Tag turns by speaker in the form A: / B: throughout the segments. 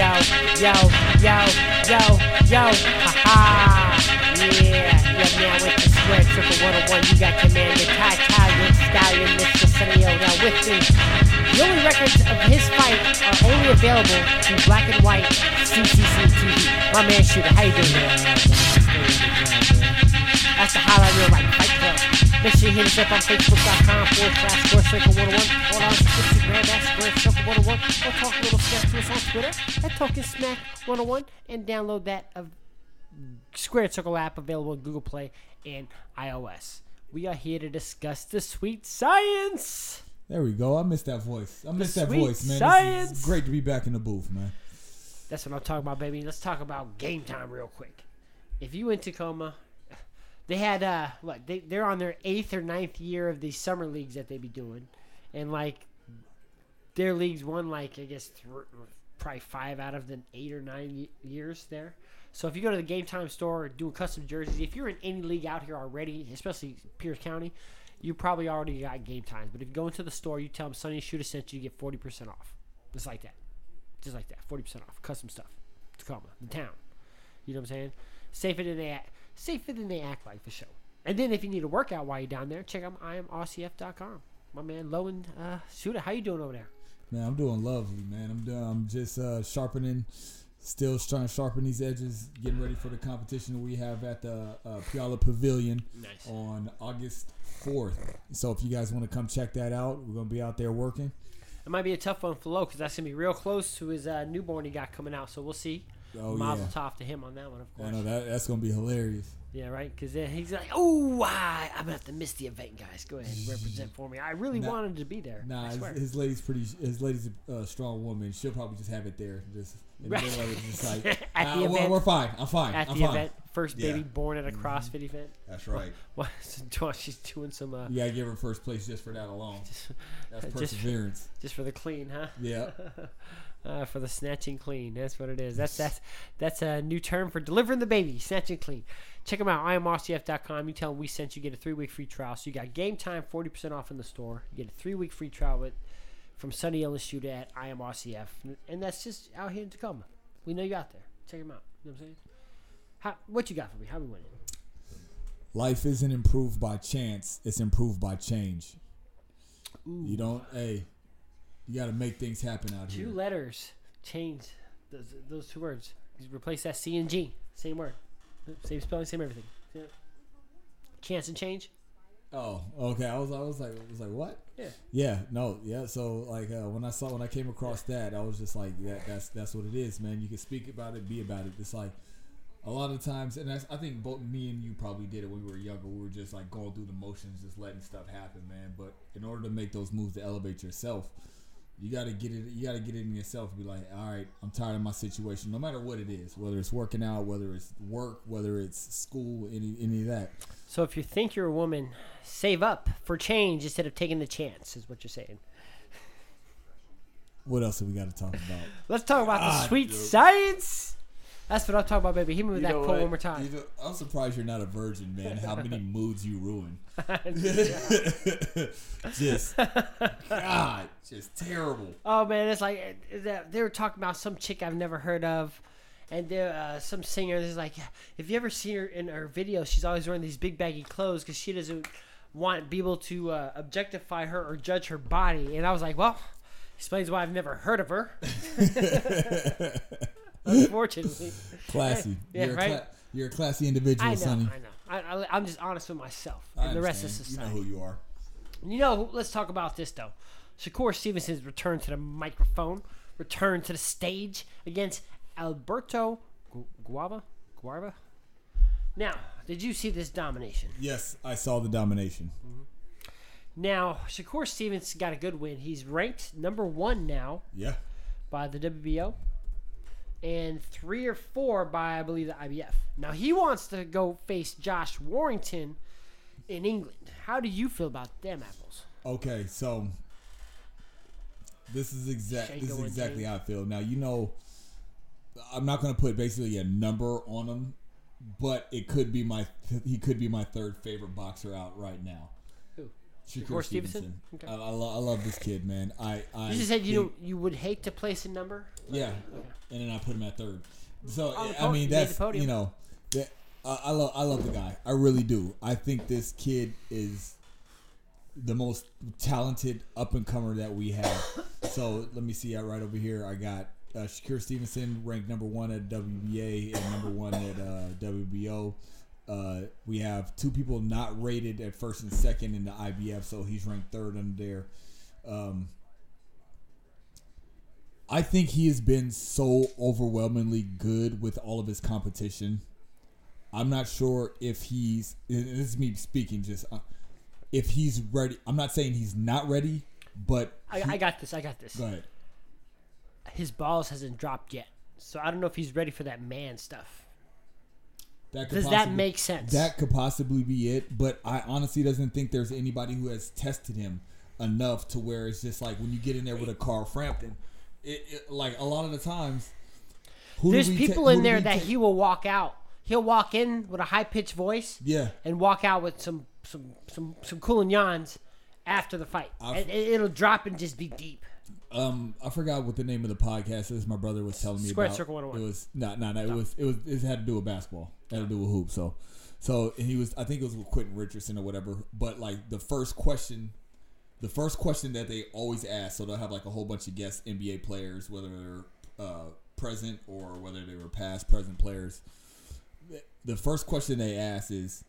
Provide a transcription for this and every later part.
A: yo, yo, yo, yo, ha ha. Yeah, yeah, now with the square triple 101, you got Commander Ty Ty with Stallion, Mr. Sunny Odell with me. The only records of his fight are only available through Black and White CCC TV. My man Shooter, how you doing, man? That's the highlight reel right, Fight Club. Make sure you hit us up on Facebook.com forward slash Square Circle 101 or on Instagram at Square Circle 101 or talk a little smack to us on Twitter at Talking Smack 101 and download that of Square Circle app available at Google Play and iOS. We are here to discuss the sweet science.
B: There we go. I missed that voice. I missed that
A: sweet
B: voice, man. This is
A: science.
B: great to be back in the booth, man.
A: That's what I'm talking about, baby. Let's talk about game time real quick. If you in Tacoma, they had uh what they they're on their eighth or ninth year of these summer leagues that they be doing, and like their leagues won like I guess thr probably five out of the eight or nine ye- years there. So if you go to the game time store doing custom jerseys, if you're in any league out here already, especially Pierce County, you probably already got game times. But if you go into the store, you tell them Sonny Shooter sent you, you get forty percent off. Just like that just like that, forty percent off, custom stuff, Tacoma, the town. You know what I'm saying? Safer than they act, safer than they act like for sure. And then if you need a workout while you're down there, check out imrcf.com. My man Lowen uh, Shooter, how you doing over there?
B: Man, I'm doing lovely, man. I'm doing, I'm just uh, sharpening, still trying to sharpen these edges, getting ready for the competition we have at the uh, Puyallup Pavilion
A: Nice.
B: on August 4th. So if you guys want to come check that out, we're gonna be out there working.
A: It might be a tough one for Low because that's gonna be real close to his uh, newborn he got coming out. So we'll see.
B: Oh
A: Mazel
B: yeah,
A: tov to him on that one, of
B: I
A: course.
B: know that that's gonna be hilarious.
A: Yeah, right. Because then he's like, "Oh, I, I'm gonna have to miss the event, guys. Go ahead and represent for me. I really
B: Nah.
A: wanted to be there.
B: Nah,
A: I
B: his,
A: swear.
B: his lady's pretty. His lady's a uh, strong woman. She'll probably just have it there, just in
A: Right.
B: the middle of it, just like
A: At the
B: "Ah, we're,
A: event.
B: we're fine. I'm fine.
A: At
B: I'm
A: the
B: fine. Mm-hmm.
A: event, first baby
C: Yeah.
A: born at a CrossFit event.
C: That's right.
A: Well, so she's doing some uh,
B: You gotta give her first place just for that alone. That's
A: just-
B: perseverance.
A: just for the clean, huh?
B: yeah.
A: Uh, for the snatching clean. That's what it is. That's that's that's a new term for delivering the baby, snatching clean. Check them out, imrcf.com. You tell them we sent you, get a three week free trial. So you got game time, 40% off in the store. You get a three week free trial with from Sunny Illinois at IMRCF. And that's just out here in Tacoma. We know you out there. Check them out. You know what I'm saying? How, what you got for me? How we winning?
B: Life isn't improved by chance, it's improved by change. You don't, hey, you gotta make things happen out
A: Two
B: here.
A: letters change those, those two words. Just replace that C and G. Same word. Same spelling, same everything. Yeah. Chance and change?
B: Oh, okay. I was, I was like, I was like, what?
A: Yeah.
B: Yeah, no, yeah. So like uh, when I saw when I came across that, I was just like, that, that's that's what it is, man. You can speak about it, be about it. It's like a lot of times, and that's, I think both me and you probably did it when we were younger. We were just like going through the motions, just letting stuff happen, man. But in order to make those moves to elevate yourself, you gotta get it. You gotta get it in yourself. Be like, all right, I'm tired of my situation, no matter what it is, whether it's working out, whether it's work, whether it's school, any any of that.
A: So if you think you're a woman, save up for change instead of taking the chance, is what you're saying.
B: What else have we got to talk about?
A: Let's talk about the
C: Ah,
B: God,
A: sweet science. That's what I'm talking about, baby. Hit me with
C: You
A: that
C: know
A: quote
C: what?
A: one more time.
B: You know, I'm surprised you're not a virgin, man. How many moods you ruin? just God, just terrible.
A: Oh man, it's like uh, that- they were talking about some chick I've never heard of, and there uh, some singer. There's like, if you ever seen her in her videos, she's always wearing these big baggy clothes because she doesn't want people to uh, objectify her or judge her body. And I was like, well, explains why I've never heard of her. Unfortunately,
B: Classy.
A: Yeah,
B: you're, a
A: right?
B: cla- you're a classy individual,
A: I know,
B: Sonny.
A: I know. I, I, I'm just honest with myself
B: I
A: and the rest of
B: understand.
A: society.
B: You know who you are.
A: You know, let's talk about this though. Shakur Stevenson's return to the microphone, return to the stage against Alberto Gu- Guava. Guava. Now, did you see this domination?
B: Yes, I saw the domination.
A: Now, Shakur Stevens got a good win. He's ranked number one now
B: Yeah.
A: by the WBO, and three or four by I believe the IBF. Now he wants to go face Josh Warrington in England. How do you feel about them apples?
B: Okay, so this is exact.
A: Shake
B: This is
A: going
B: exactly how I feel. Now you know, I'm not going to put basically a number on him, but it could be my he could be my third favorite boxer out right now.
A: Who?
B: Shakur
A: Shakur
B: Stevenson.
A: Stevenson?
B: I, I, lo- I love this kid, man. I, I
A: You just said you
B: think-
A: don't, you would hate to place a number.
B: Yeah, and then I put him at third. So
A: On the
B: I
A: po-
B: mean,
A: you made
B: that's
A: the podium.
B: you know, that, I, I love I love the guy. I really do. I think this kid is the most talented up and comer that we have. so let me see. I right over here. I got uh, Shakur Stevenson ranked number one at WBA and number one at uh, WBO. Uh, we have two people not rated at first and second in the IBF, so he's ranked third under there. Um, I think he has been so overwhelmingly good with all of his competition. I'm not sure if he's. and This is me speaking. Just uh, if he's ready. I'm not saying he's not ready, but
A: I, I got this. I got this.
B: go ahead.
A: His balls hasn't dropped yet, so I don't know if he's ready for that man stuff.
B: That could
A: Does that
B: possibly-
A: make sense?
B: That could possibly be it, but I honestly doesn't think there's anybody who has tested him enough to where it's just like when you get in there with a Carl Frampton, it, it, like a lot of the times. who do
A: There's
B: we ta-
A: people
B: who
A: in
B: do
A: there
B: we
A: that
B: ta-
A: he will walk out. He'll walk in with a high pitched voice
B: yeah.
A: and walk out with some some some some cooling yawns after the fight.
B: I've-
A: And it, will drop and just be deep.
B: um I forgot what the name of the podcast is. My brother was telling me
A: Squared
B: about.
A: Circle 101.
B: It was no, no, no. It was it was it had to do with basketball. It had to do with hoop. So, so and he was. I think it was with Quentin Richardson or whatever. But like the first question, the first question that they always ask. So they'll have like a whole bunch of guest NBA players, whether they're uh, present or whether they were past present players. The- The first question they ask is,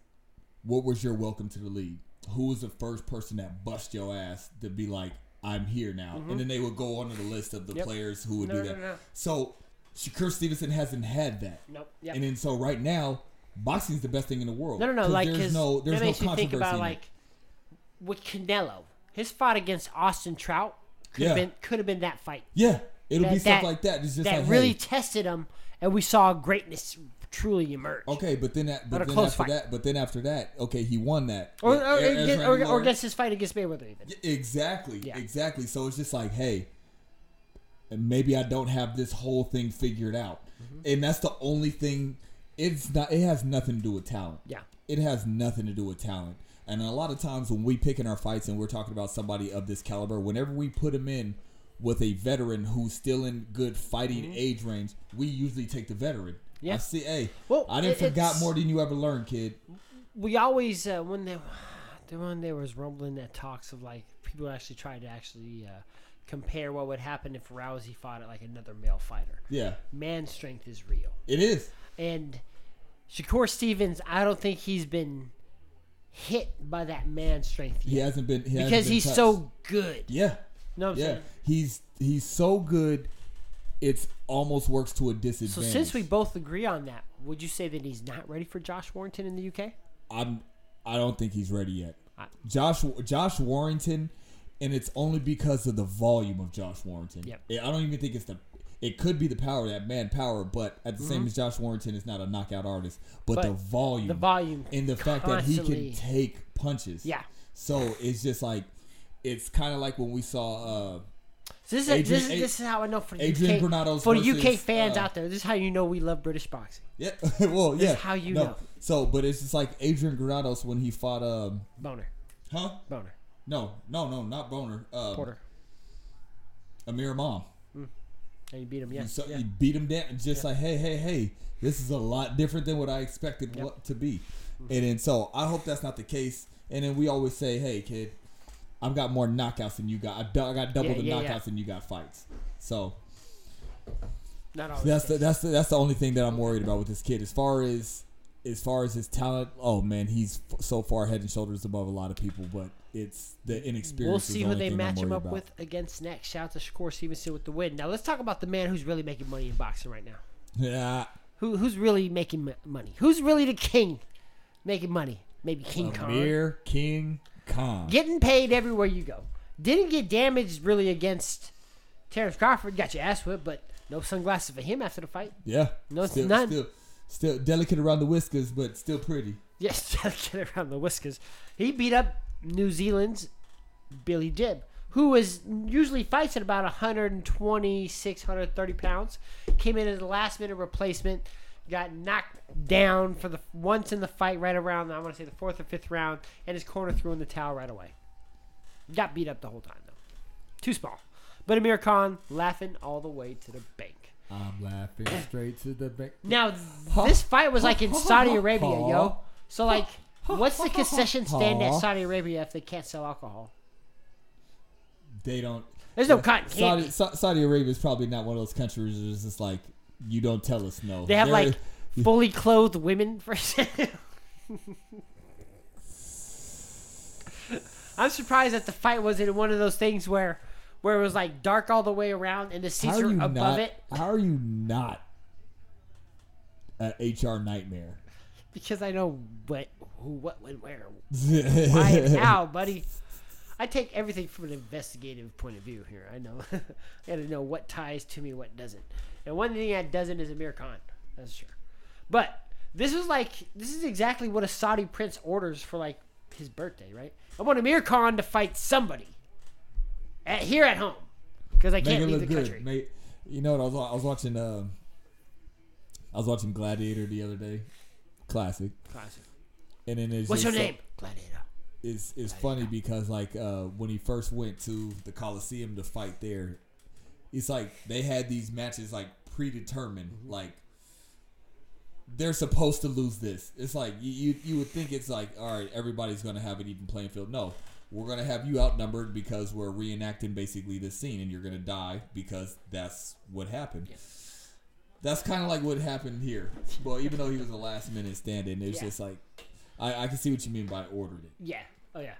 B: "What was your welcome to the league? Who was the first person that bust your ass to be like?" I'm here now, and then they would go onto the list of the
A: Mm-hmm. Yep.
B: players who would
A: No,
B: do
A: no,
B: that.
A: no, no.
B: So Shakur Stevenson hasn't had that,
A: Nope. Yep.
B: and then so right now, boxing's the best thing in the world.
A: No, no, no.
B: 'Cause
A: Like
B: there's
A: his,
B: no there's
A: that
B: no
A: makes you
B: controversy.
A: think about
B: in it.
A: like with Canelo, his fight against Austin Trout could
B: Yeah.
A: have been could have been that fight
B: yeah, it'll
A: that-
B: be stuff
A: that-
B: like that. It's just
A: that
B: like
A: really
B: hey,
A: tested him, and we saw greatness truly emerge.
B: okay, but then that, but
A: a
B: then
A: close
B: after
A: fight.
B: that, but then after that, okay, he won that.
A: Or,
B: Yeah,
A: or,
B: Aaron-
A: against,
B: Aaron
A: or, or
B: Lawrence-
A: against his fight against Mayweather, even.
B: Exactly,
A: Yeah.
B: exactly. So it's just like, hey, and maybe I don't have this whole thing figured out,
A: Mm-hmm.
B: and that's the only thing. It's not. It has nothing to do with talent.
A: Yeah.
B: it has nothing to do with talent. And a lot of times when we pick in our fights and we're talking about somebody of this caliber, whenever we put him in with a veteran who's still in good fighting age range, we usually take the veteran.
A: Mm-hmm. Yeah.
B: I see. Hey,
A: Well,
B: I didn't
A: it-
B: forgot
A: it's-
B: more than you ever learned, kid.
A: We always uh, when they the one there was rumbling that talks of like people actually tried to actually uh, compare what would happen if Rousey fought at like another male fighter.
B: Yeah,
A: Man strength is real.
B: it is.
A: And Shakur Stevens, I don't think he's been hit by that man strength
B: He
A: yet
B: hasn't been he hasn't
A: because
B: been
A: he's
B: touched.
A: so good.
B: yeah,
A: No, I'm
B: yeah.
A: saying.
B: He's he's so good. It's almost works to a disadvantage.
A: So since we both agree on that, would you say that he's not ready for Josh Warrington in the UK?
B: I'm I don't think he's ready yet.
A: I-
B: Josh Josh Warrington, and it's only because of the volume of Josh Warrington.
A: Yep.
B: Yeah, I don't even think it's the. It could be the power of that man power, but at the same as Josh Warrington is not a knockout artist, but,
A: Mm-hmm. But
B: the volume,
A: the volume
B: and the fact that he can
A: constantly-
B: take punches.
A: Yeah.
B: So it's just like, it's kind of like when we saw. uh
A: So this is
B: Adrian-
A: this is this is how I know for the
B: Adrian
A: UK
B: Granados
A: for the UK
B: versus,
A: fans
B: uh,
A: out there. This is how you know we love British boxing.
B: Yeah. well, yeah.
A: how you
B: no.
A: know.
B: So, but it's just like Adrian Granados when he fought. um
A: Boner,
B: Huh?
A: boner,
B: No, no, no, not Boner. Uh,
A: Porter,
B: Amir Mom.
A: and you beat him.
B: You
A: Yes,
B: so
A: yeah.
B: you beat him down, and just like, hey, hey, hey, this is a lot different than what I expected
A: Yep. Mm-hmm.
B: what to be. And then so I hope that's not the case. And then we always say, hey, kid, I've got more knockouts than you got. I, dou- I got double
A: Yeah,
B: the
A: yeah,
B: knockouts
A: yeah.
B: than you got fights. So
A: not always.
B: that's
A: the
B: the, that's the, that's the only thing that I'm worried about with this kid. As far as as far as his talent, oh man, he's f- so far head and shoulders above a lot of people. But it's the inexperience.
A: We'll
B: is
A: see
B: the
A: who
B: only
A: they
B: thing I'm
A: match him
B: worried
A: up
B: about.
A: with against next. Shout out to Shakur Stevenson with the win. Now let's talk about the man who's really making money in boxing right now.
B: Yeah,
A: Who who's really making m- money? Who's really the king making money? Maybe King Kong.
B: Amir King Khan.
A: Getting paid everywhere you go. Didn't get damaged really against Terrence Crawford. Got your ass whipped, but no sunglasses for him after the fight.
B: Yeah.
A: No, it's
B: still,
A: none.
B: Still, still delicate around the whiskers, but still pretty.
A: Yes, get around the whiskers. He beat up New Zealand's Billy Jib, who is usually fights at about 126, 130 pounds. Came in as a last minute replacement, got knocked down for the once in the fight right around I want to say the fourth or fifth round, and his corner threw in the towel right away. Got beat up the whole time though. Too small. But Amir Khan laughing all the way to the bank.
B: I'm laughing straight to the bank.
A: Now this fight was like in Saudi Arabia, yo. So like, what's the concession stand at Saudi Arabia if they can't sell alcohol?
B: They don't.
A: There's no cotton
B: Saudi,
A: candy.
B: Sa- Saudi Arabia is probably not one of those countries where it's just like you don't tell us no.
A: They have
B: They're-
A: like fully clothed women for sale. I'm surprised that the fight wasn't one of those things where, where it was like dark all the way around and the
B: how
A: seats
B: are
A: were
B: you
A: above
B: not,
A: it
B: How are you not an HR nightmare?
A: because I know what, who, what, when, where, why and
B: Why
A: how, buddy. I take everything from an investigative point of view here. I know. I gotta know what ties to me, what doesn't. And one thing that doesn't is Amir Khan. That's sure. But this was like this is exactly what a Saudi prince orders for like his birthday, right? I want Amir Khan to fight somebody. At, here at home. Because I
B: Make
A: can't
B: it
A: leave
B: look
A: the country.
B: good. Make, you know what? I was, wa- I was watching. Um, I was watching Gladiator the other day, classic.
A: Classic.
B: And then it's
A: What's your
B: just so-
A: name? Gladiator.
B: It's it's funny because like uh, when he first went to the Coliseum to fight there, it's like they had these matches like predetermined. Like they're supposed to lose this. It's like you, you you would think it's like all right, everybody's gonna have an even playing field. No, we're gonna have you outnumbered because we're reenacting basically this scene, and you're gonna die because that's what happened. That's kind of like what happened here. Well, even though he was a last minute stand-in, it's
A: Yeah.
B: just like I, I can see what you mean by ordered it.
A: Yeah. Oh yeah.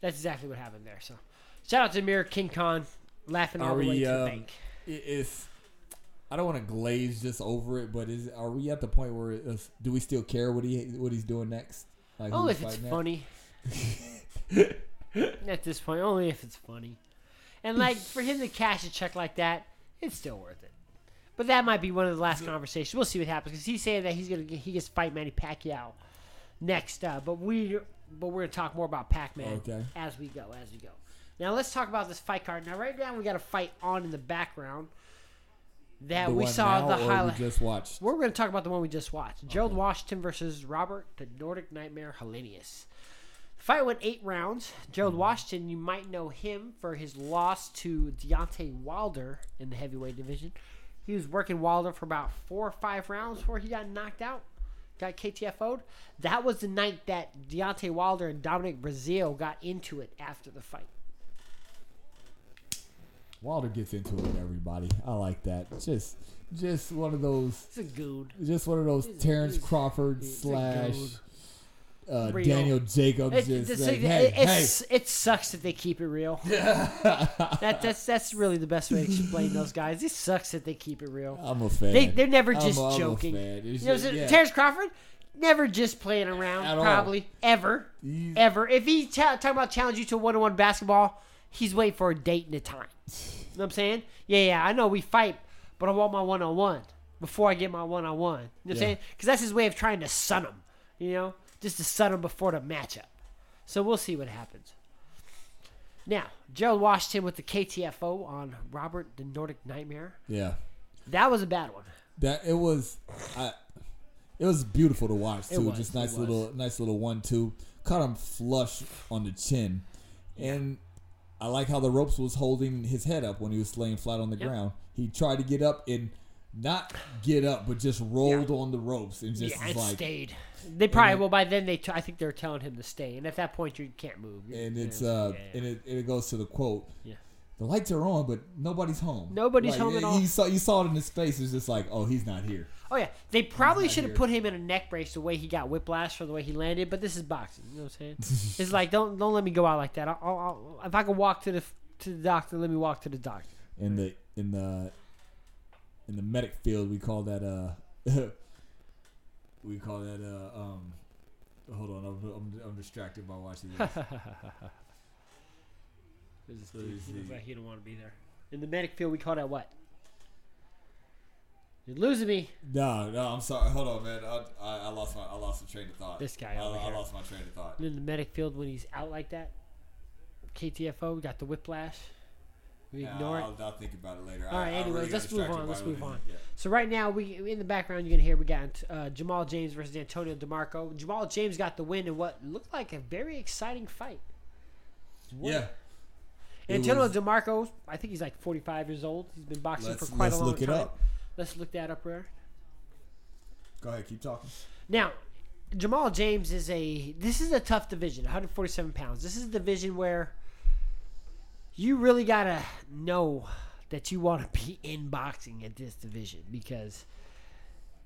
A: That's exactly what happened there. So shout out to Amir King Khan laughing all
B: Are
A: the way
B: we,
A: to the
B: um,
A: bank.
B: i- is I don't want to glaze just over it, but is are we at the point where it's, do we still care what he what he's doing next? Like who
A: Only
B: he's
A: Oh, if it's
B: fighting
A: funny. At this point, only if it's funny. And like for him to cash a check like that, it's still worth it. But that might be one of the last conversations. We'll see what happens because he's saying that he's gonna get, he gets to fight Manny Pacquiao next. Uh, but we but we're gonna talk more about Pac-Man
B: Okay.
A: as we go as we go. Now let's talk about this fight card. Now right now we got a fight on in the background that
B: The
A: we
B: one
A: saw
B: now
A: the
B: or
A: highlight.
B: We just watched.
A: We're going to talk about the one we just watched. Gerald Washington versus Robert the Nordic Nightmare Hellenius. The fight went eight rounds. Gerald Washington, you might know him for his loss to Deontay Wilder in the heavyweight division. He was working Wilder for about four or five rounds before he got knocked out, got KTFO'd. That was the night that Deontay Wilder and Dominic Brazil got into it after the fight.
B: Wilder gets into it with everybody. I like that. Just just one of those.
A: It's a goon.
B: Just one of those
A: He's-
B: Terrence
A: he's-
B: Crawford
A: he's a
B: slash
A: goat.
B: uh,
A: Real.
B: Daniel Jacobs.
A: It,
B: just
A: it's-
B: like,
A: it-
B: hey, hey.
A: it's- it sucks that they keep it real. that, that's that's really the best way to explain those guys. It sucks that they keep it real.
B: I'm a fan.
A: They they're never
B: I'm
A: just
B: a- I'm a
A: joking.
B: fan. It's
A: You know,
B: just-
A: so
B: yeah.
A: Terrence Crawford never just playing around.
B: At all.
A: probably ever,
B: He's-
A: ever. If he ta- talking about challenge you to one on one basketball, he's waiting for a date and a time. You know what I'm saying? Yeah, yeah. I know we fight, but I want my one on one before I get my one on one. You know what I'm
B: Yeah.
A: saying? Because that's his way of trying to sun him. You know, just to sun him before the matchup. So we'll see what happens. Now, Gerald Washington with the KTFO on Robert the Nordic Nightmare.
B: yeah.
A: That was a bad one.
B: That it was, I, it was beautiful to watch too.
A: was,
B: Just
A: it
B: nice
A: was.
B: little, nice little one-two. Caught him flush on the chin, and I like how the ropes was holding his head up when he was laying flat on the ground. He tried to get up and not get up, but just rolled on the ropes and just
A: yeah,
B: was
A: it
B: like.
A: stayed. They probably well by then they. T- I think they're telling him to stay, and at that point you can't move. You-
B: And
A: you
B: it's
A: know,
B: uh,
A: yeah, yeah.
B: and it, and it goes to the quote.
A: Yeah.
B: The lights are on, but nobody's home.
A: Nobody's
B: Like,
A: home at all.
B: You saw, you saw it in his face. It's just like, oh, he's not here.
A: oh yeah, they probably
B: not
A: should have
B: here.
A: put him in a neck brace the way he got whiplash or the way he landed. But this is boxing. You know what I'm saying? it's like don't don't let me go out like that. I'll, I'll, I'll, if I can walk to the to the doctor, let me walk to the doctor.
B: in the in the in the medic field we call that uh we call that uh um hold on I'm, I'm, I'm distracted by watching this
A: This
B: dude, he looks like
A: he don't want to be there. In the medic field, we call that what? You're losing me.
B: no no I'm sorry hold on man I, I, I lost my I lost the train of thought
A: This guy
B: I,
A: over
B: I
A: here.
B: lost my train of thought
A: in the medic field when he's out like that. KTFO, we got the whiplash. We
B: Yeah,
A: ignore it.
B: I'll, I'll think about it later
A: All right,
B: I, I really
A: anyways,
B: got
A: let's move
B: distracted
A: on,
B: by
A: let's
B: what
A: move
B: it is.
A: on.
B: yeah.
A: So right now, we in the background you're gonna hear we got uh, Jamal James versus Antonio DeMarco. Jamal James got the win in what looked like a very exciting fight. What-
B: Yeah. It
A: Antonio
B: was-
A: DeMarco, I think he's like 45 years old. He's been boxing
B: Let's,
A: for quite a
B: let's
A: long
B: look
A: time.
B: it up.
A: Let's look that up there.
B: Go ahead, keep talking.
A: Now, Jamal James is a. This is a tough division. 147 pounds. This is a division where you really gotta know that you want to be in boxing at this division because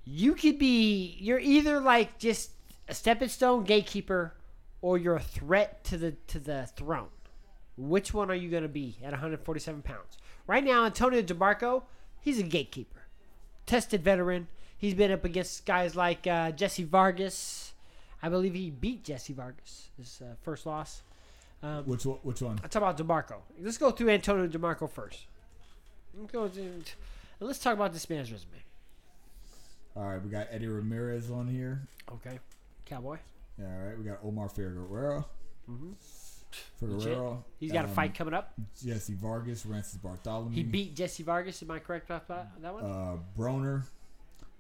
A: you could be. You're either like just a stepping stone gatekeeper, or you're a threat to the to the throne. Which one are you gonna be at 147 pounds? Right now, Antonio DeMarco, he's a gatekeeper tested veteran. He's been up against guys like uh, Jesse Vargas. I believe he beat Jesse Vargas his uh, first loss. Um,
B: Which one? Which one?
A: I talk about Demarco. Let's go through Antonio Demarco first. Let's, go to- let's talk about this man's resume.
B: All right, we got Eddie Ramirez on here.
A: Okay, Cowboy.
B: All right, we got Omar Figueroa.
A: Mhm.
B: Figueroa.
A: He's got a
B: um,
A: fight coming up.
B: Jesse Vargas, Rancis Bartholomew.
A: He beat Jesse Vargas. Am I correct about that- that one?
B: uh, Broner,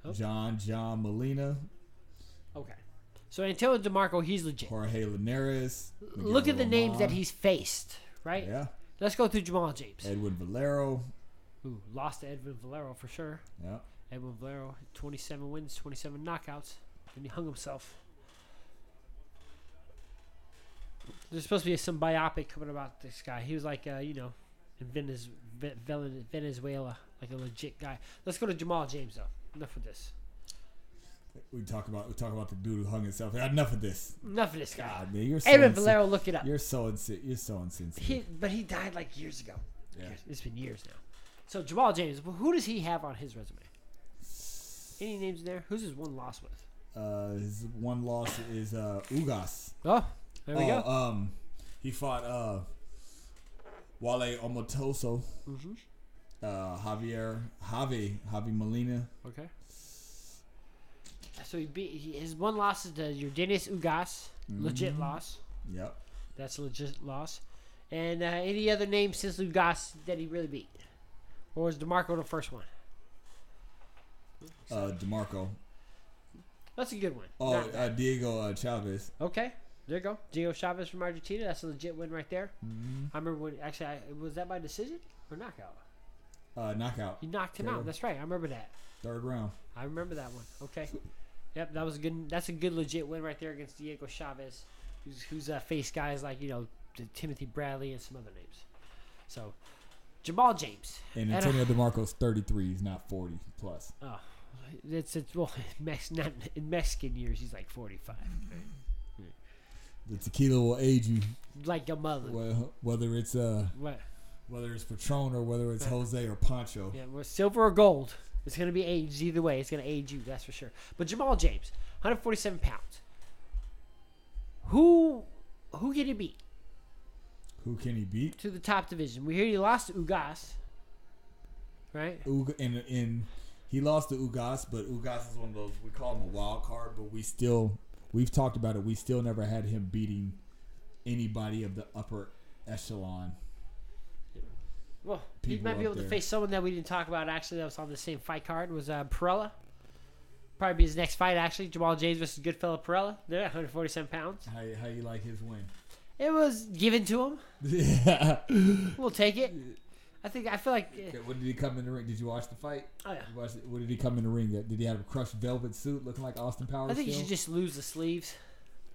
A: Oh.
B: John John Molina,
A: Okay. So Antonio Demarco, he's legit.
B: Jorge Linares. Miguel
A: Look at the names that
B: Roman.
A: he's faced, right?
B: Yeah,
A: Let's go through Jamal James,
B: Edwin Valero.
A: who lost to Edwin Valero for sure.
B: Yeah,
A: Edwin Valero, 27 wins, 27 knockouts, and he hung himself. There's supposed to be some biopic coming about this guy. He was like, uh, you know, in Venez- Ve- Velen- Venezuela, like a legit guy. Let's go to Jamal James, though. Enough of this.
B: we talk about we talk about the dude who hung himself. Enough of this.
A: Enough of this guy.
B: God, man, you're so
A: Edwin
B: insen-
A: Valero, look it up.
B: You're so insen- You're so insensitive.
A: He, but he died like years ago.
B: Yeah.
A: Years- It's been years now. So Jamal James, wh- who does he have on his resume? Any names there? Who's his one loss with?
B: Uh, his one loss is uh, Ugas.
A: Oh, there we
B: oh,
A: go.
B: Um, he fought uh, Wale Omotoso,
A: Mhm.
B: uh, Javier Javi Javi Molina.
A: Okay. So he beat he, his one loss is to your Dennis Ugas, legit loss.
B: Yep.
A: That's a legit loss. And uh, any other name since Ugas that he really beat, or was Demarco the first one?
B: Uh, Demarco.
A: That's a good one.
B: Oh,
A: Not
B: uh,
A: bad.
B: Diego uh, Chavez.
A: okay. There you go. Diego Chavez from Argentina. That's a legit win right there. I remember when actually I, was that by decision or knockout?
B: Uh, knockout.
A: He knocked him out.
B: Third.
A: That's right. I remember that.
B: Third round.
A: I remember that one. Okay. Yep, that was a good. That's a good legit win right there against Diego Chavez, who's who's uh, faced guys like you know T- Timothy Bradley and some other names. So, Jamal James.
B: And
A: And, uh,
B: Antonio DeMarco's 33. He's not 40 plus.
A: Oh, it's it's well, in Mex, not in Mexican years. He's like forty five,
B: The tequila will age you,
A: like a mother. What?
B: wh- whether it's uh, whether it's Patron or whether it's Jose or Pancho.
A: Yeah, well, silver or gold. It's gonna be aged either way. It's gonna age you, that's for sure. But Jamal James, 147 pounds. Who who can he beat?
B: Who can he beat?
A: to the top division. We hear he lost to Ugas, right?
B: Uga and and he lost to Ugas, but Ugas is one of those we call him a wild card, but we still we've talked about it. We still never had him beating anybody of the upper echelon.
A: Well, he
B: People
A: might be
B: up
A: able to
B: there.
A: face someone that we didn't talk about actually that was on the same fight card was uh, Perella. Probably be his next fight actually. Jamal James versus Goodfella Perella. They're at 147 pounds.
B: How how you like his win?
A: It was given to him.
B: yeah.
A: We'll take it. I think I feel like eh,
B: What did he come in the ring? Did you watch the fight?
A: oh, yeah.
B: You watched it? What did he come in the ring? at? Did he have a crushed velvet suit looking like Austin Powers?
A: I think you
B: still?
A: should just lose the sleeves.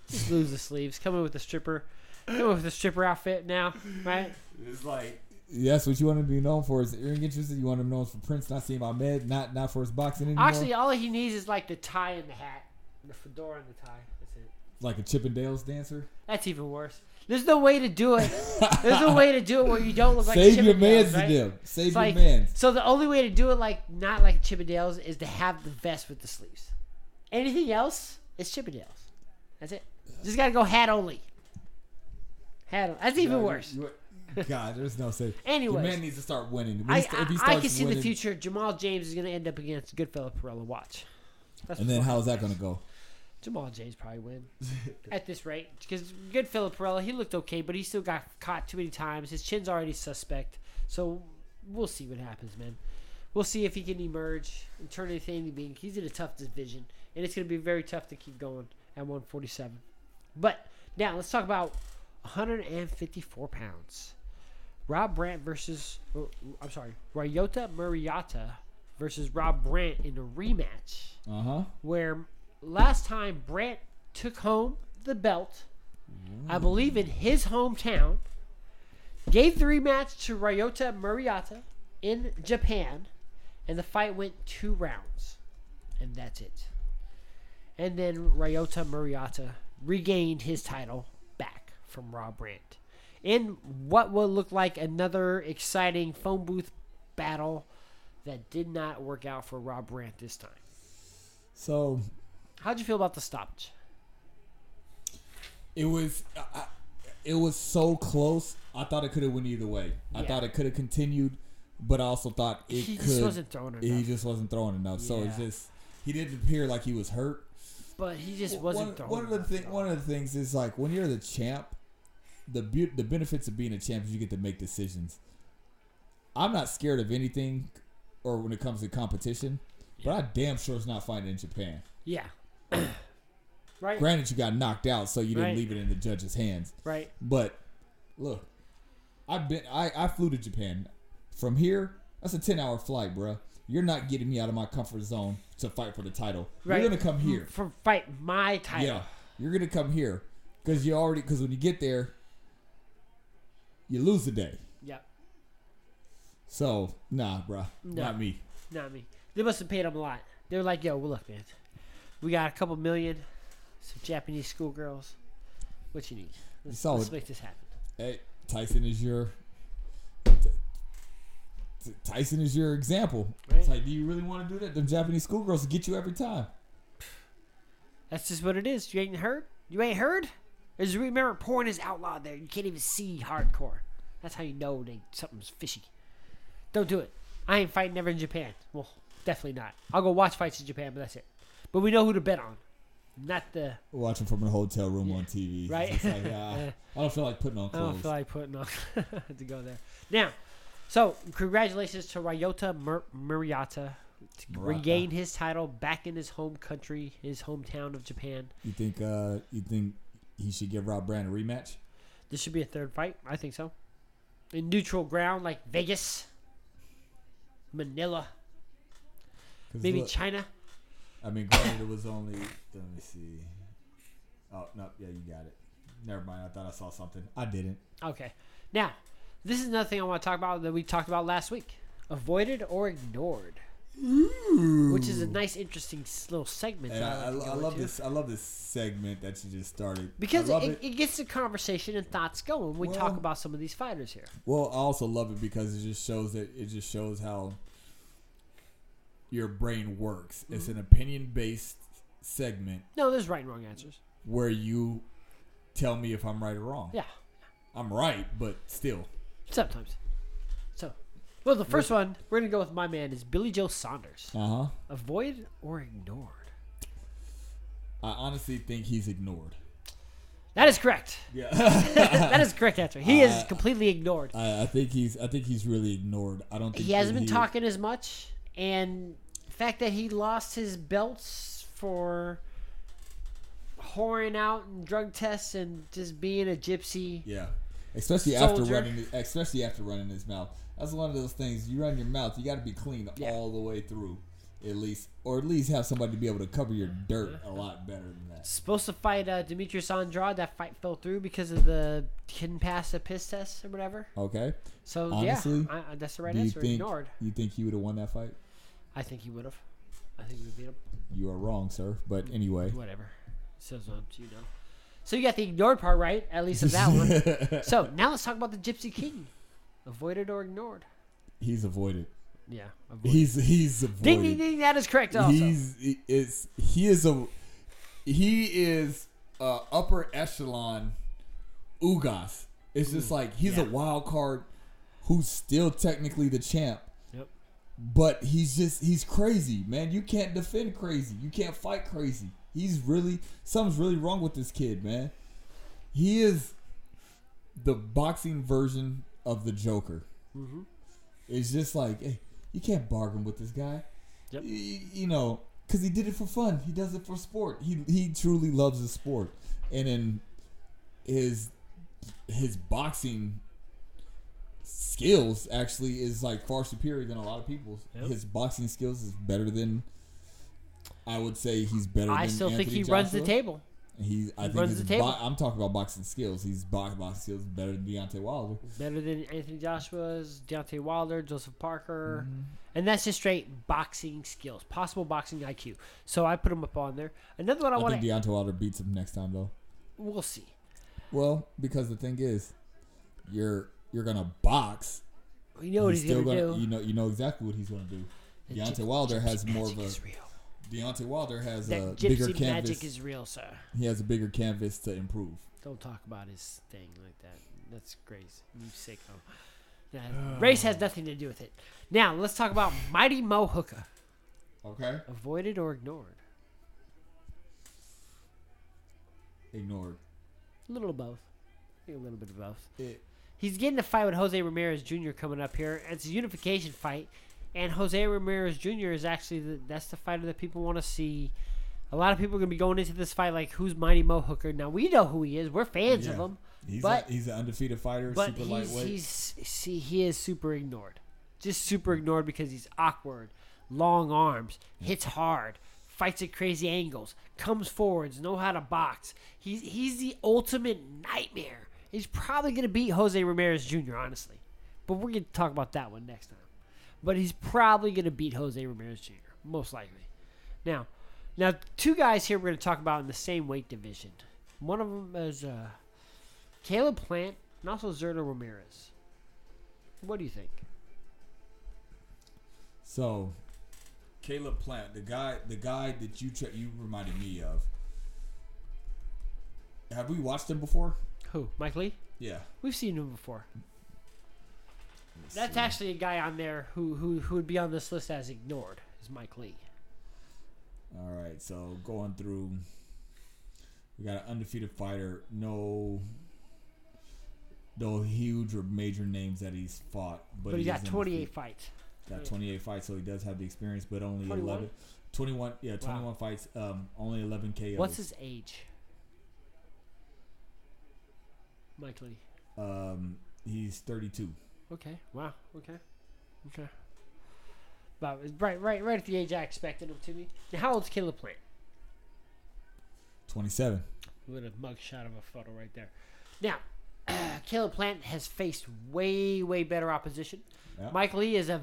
A: Just lose the sleeves. Come in with a stripper. Come in with a stripper outfit now, right?
B: It's like that's what you want him to be known for is earring interest. You want him known for Prince, not seeing my med, not not for his boxing anymore.
A: Actually, all he needs is like the tie and the hat, the fedora and the tie. That's it.
B: like a Chippendales dancer.
A: That's even worse. There's no way to do it. There's no way to do it where you don't look like
B: Save
A: Chippendales,
B: your mans
A: right?
B: to them. Save
A: It's
B: your
A: like,
B: mans.
A: so the only way to do it like not like Chippendales is to have the vest with the sleeves. Anything else is Chippendales. That's it. Just gotta go hat only. Hat. on- That's even
B: God,
A: worse.
B: you- you- God, there's no save.
A: Anyways.
B: your man needs to start winning. When
A: I,
B: he sta- if he
A: I, I
B: starts
A: can see
B: winning,
A: the future. Jamal James is gonna end up against Goodfellow Perella. Watch. That's what's
B: And then
A: going on.
B: how's that gonna go?
A: Jamal James probably win at this rate because good Philip Perella, he looked okay, but he still got caught too many times. His chin's already suspect, so we'll see what happens, man. We'll see if he can emerge and turn anything into being. He's in a tough division, and it's going to be very tough to keep going at 147. But now let's talk about 154 pounds. Rob Brandt versus or, I'm sorry, Ryota Murrieta versus Rob Brandt in a rematch
B: Uh huh.
A: where last time Brandt took home the belt, I believe in his hometown, gave the rematch to Ryota Murrieta in Japan, and the fight went two rounds, and that's it. And then Ryota Murrieta regained his title back from Rob Brandt in what will look like another exciting phone booth battle that did not work out for Rob Brandt this time.
B: So
A: How'd you feel about the stoppage?
B: it was I, I- it was so close. I thought it could have went either way. I
A: Yeah.
B: thought it could have continued, but I also thought it
A: he
B: could.
A: just wasn't throwing enough.
B: he just wasn't throwing enough. So it's
A: Yeah.
B: just he didn't appear like he was hurt.
A: but he just wasn't
B: one,
A: throwing
B: one of the
A: enough
B: thing,
A: at all.
B: one of the things is like when you're the champ, the be- the benefits of being a champ is you get to make decisions. I'm not scared of anything, or when it comes to competition, but I damn sure it's not fighting in Japan.
A: Yeah. right.
B: Granted, you got knocked out, so you didn't
A: Right.
B: leave it in the judge's hands.
A: Right.
B: But look, I've been I, I flew to Japan. From here, that's a ten hour flight, bruh. You're not getting me out of my comfort zone to fight for the title.
A: Right.
B: You're gonna come here.
A: For fight my title.
B: Yeah, you're gonna come here because you already because when you get there, you lose the day.
A: Yep.
B: So nah, bruh,
A: No.
B: not me.
A: Not me. They must have paid him a lot. They were like, yo, well, look, man. We got a couple million, some Japanese schoolgirls. What you need? Let's,
B: saw
A: let's
B: it.
A: make this happen.
B: Hey, Tyson is your T- Tyson is your example. It's
A: Right.
B: like, do you really want to do that? Them Japanese schoolgirls will get you every time.
A: That's just what it is. You ain't heard? You ain't heard? Is remember porn is outlawed there. You can't even see hardcore. That's how you know they something's fishy. Don't do it. I ain't fighting ever in Japan. Well, definitely not. I'll go watch fights in Japan, but that's it. But we know who to bet on. Not the
B: Watching from a hotel room on TV, It's
A: Right.
B: just like, yeah, I don't feel like putting on
A: I don't
B: clothes.
A: feel like putting on to go there. Now, so congratulations to Ryota Mur- Murriata to
B: Murata.
A: regain his title back in his home country, his hometown of Japan.
B: you think uh, you think he should give Rob Brand a rematch?
A: This should be a third fight. I think so. In neutral ground like Vegas, Manila,
B: 'Cause
A: maybe
B: look-
A: China.
B: I mean, granted, it was only. Let me see. Oh no, yeah, you got it. Never mind. I thought I saw something. I didn't.
A: Okay. Now, this is another thing I want to talk about that we talked about last week avoided or ignored. Which is a nice, interesting s- little segment.
B: And
A: that
B: I, I,
A: I'd like to
B: I
A: go
B: love
A: into.
B: this. I love this segment that you just started
A: Because
B: I love
A: it, it. gets the conversation and thoughts going. We
B: Well-
A: talk about some of these fighters here.
B: Well, I also love it because it just shows that it just shows how your brain works.
A: Mm-hmm.
B: It's an opinion based segment
A: No, there's right and wrong answers.
B: where you tell me if I'm right or wrong.
A: Yeah,
B: I'm right, but still.
A: sometimes. So, well, the first one we're gonna go with my man is Billy Joe Saunders.
B: Uh huh.
A: Avoid or ignored?
B: I honestly think he's ignored.
A: That is correct.
B: Yeah.
A: that is the correct answer. He is
B: Uh,
A: completely ignored.
B: I, I think he's. I think he's really ignored. I don't think
A: He hasn't
B: that
A: been talking as much, and the fact that he lost his belts for whoring out and drug tests and just being a gypsy.
B: Yeah, especially after
A: Soldier.
B: running, especially after running his mouth. That's one of those things. You run your mouth, you got to be clean
A: Yeah.
B: all the way through, at least, or at least have somebody to be able to cover your
A: Mm-hmm.
B: dirt a lot better than that.
A: supposed to fight uh, Demetrius Andrade. That fight fell through because of the couldn't pass the piss test or whatever.
B: Okay.
A: So
B: Honestly,
A: yeah, I, I, that's the right
B: do you
A: answer.
B: think
A: Ignored.
B: you think he would have won that fight?
A: I think he would have. I think he would beat him.
B: You are wrong, sir. But
A: Mm-hmm.
B: anyway,
A: Whatever. So it's up to you now. So you got the ignored part right, at least of that one. So now let's talk about the Gypsy King. Avoided or ignored?
B: he's avoided.
A: Yeah. Avoided.
B: He's he's avoided.
A: ding ding ding. That is correct. Also.
B: He's he is he is a he is uh, upper echelon Ugas. It's just like he's a
A: yeah.
B: wild card who's still technically the champ,
A: Yep.
B: but he's just he's crazy, man. You can't defend crazy. You can't fight crazy. He's really something's really wrong with this kid, man. He is the boxing version of the Joker.
A: Mm-hmm.
B: It's just like, hey, you can't bargain with this guy.
A: Yep.
B: Y- y- You, know, because he did it for fun. He does it for sport. He he truly loves his sport, and in his his boxing skills actually is like far superior than a lot of people's.
A: Yep.
B: His boxing skills is better than. I would say he's better.
A: I
B: than
A: still think
B: Anthony
A: he runs the
B: Joshua.
A: table.
B: He, I think
A: runs
B: his
A: the table.
B: bo- I'm talking about boxing skills. He's bo- boxing skills is better than Deontay Wilder.
A: Better than Anthony Joshua's, Deontay Wilder, Joseph Parker.
B: Mm-hmm.
A: And that's just straight boxing skills, possible boxing IQ. So I put him up on there. Another one I,
B: I,
A: want
B: think
A: to.
B: Deontay Wilder beats him next time though.
A: we'll see.
B: Well, because the thing is, you're you're gonna box.
A: We know what he's,
B: still
A: going to do.
B: You know, you know exactly what he's gonna do.
A: The
B: Deontay
A: gyp-
B: Wilder has
A: magic
B: more of a
A: is real.
B: Deontay Wilder has
A: That
B: a bigger
A: gypsy
B: canvas.
A: magic is real, sir.
B: he has a bigger canvas to improve.
A: Don't talk about his thing like that. That's crazy. You sicko. That race has nothing to do with it. Now let's talk about Mighty Mo Hooker.
B: Okay,
A: Avoided or ignored?
B: ignored.
A: A little of both. A little bit of both.
B: It,
A: He's getting a fight with Jose Ramirez Jr. coming up here. It's a unification fight, and Jose Ramirez Jr. is actually the, that's the fighter that people want to see. A lot of people are gonna be going into this fight like, who's Mighty Mo Hooker? Now we know who he is. We're fans of
B: Yeah.
A: him,
B: he's
A: But-
B: a, he's an undefeated fighter,
A: but
B: super
A: he's,
B: lightweight.
A: he's see he is super ignored, just super ignored because he's awkward, long arms, hits hard, fights at crazy angles, comes forwards, know how to box. He's he's the ultimate nightmare. He's probably gonna beat Jose Ramirez Jr. Honestly, but we're gonna talk about that one next time. But he's probably gonna beat Jose Ramirez Jr. Most likely. Now, now two guys here we're gonna talk about in the same weight division. One of them is uh, Caleb Plant and also Zerto Ramirez. What do you think?
B: So, Caleb Plant, the guy, the guy that you tra- you reminded me of. Have we watched him before?
A: Who? Mike Lee?
B: Yeah.
A: We've seen him before.
B: Let's
A: That's
B: see.
A: actually a guy on there who, who who would be on this list as ignored is Mike Lee.
B: All right, so going through, we got an undefeated fighter. No, no huge or major names that he's fought, but,
A: But, he
B: he
A: got
B: is
A: 28
B: undefeated.
A: fights.
B: Got 28 fights, so he does have the experience, but only
A: 21?
B: 11, 21, yeah, 21
A: Wow.
B: fights, um, only 11 KOs.
A: What's his age? Mike Lee.
B: Um, he's 32.
A: Okay. Wow. Okay. Okay. But right, right, right at the age I expected him to be. Now, how old's Caleb Plant?
B: 27.
A: with a mugshot of a photo right there. Now, Caleb Plant has faced way, way better opposition.
B: Yeah.
A: Mike Lee is a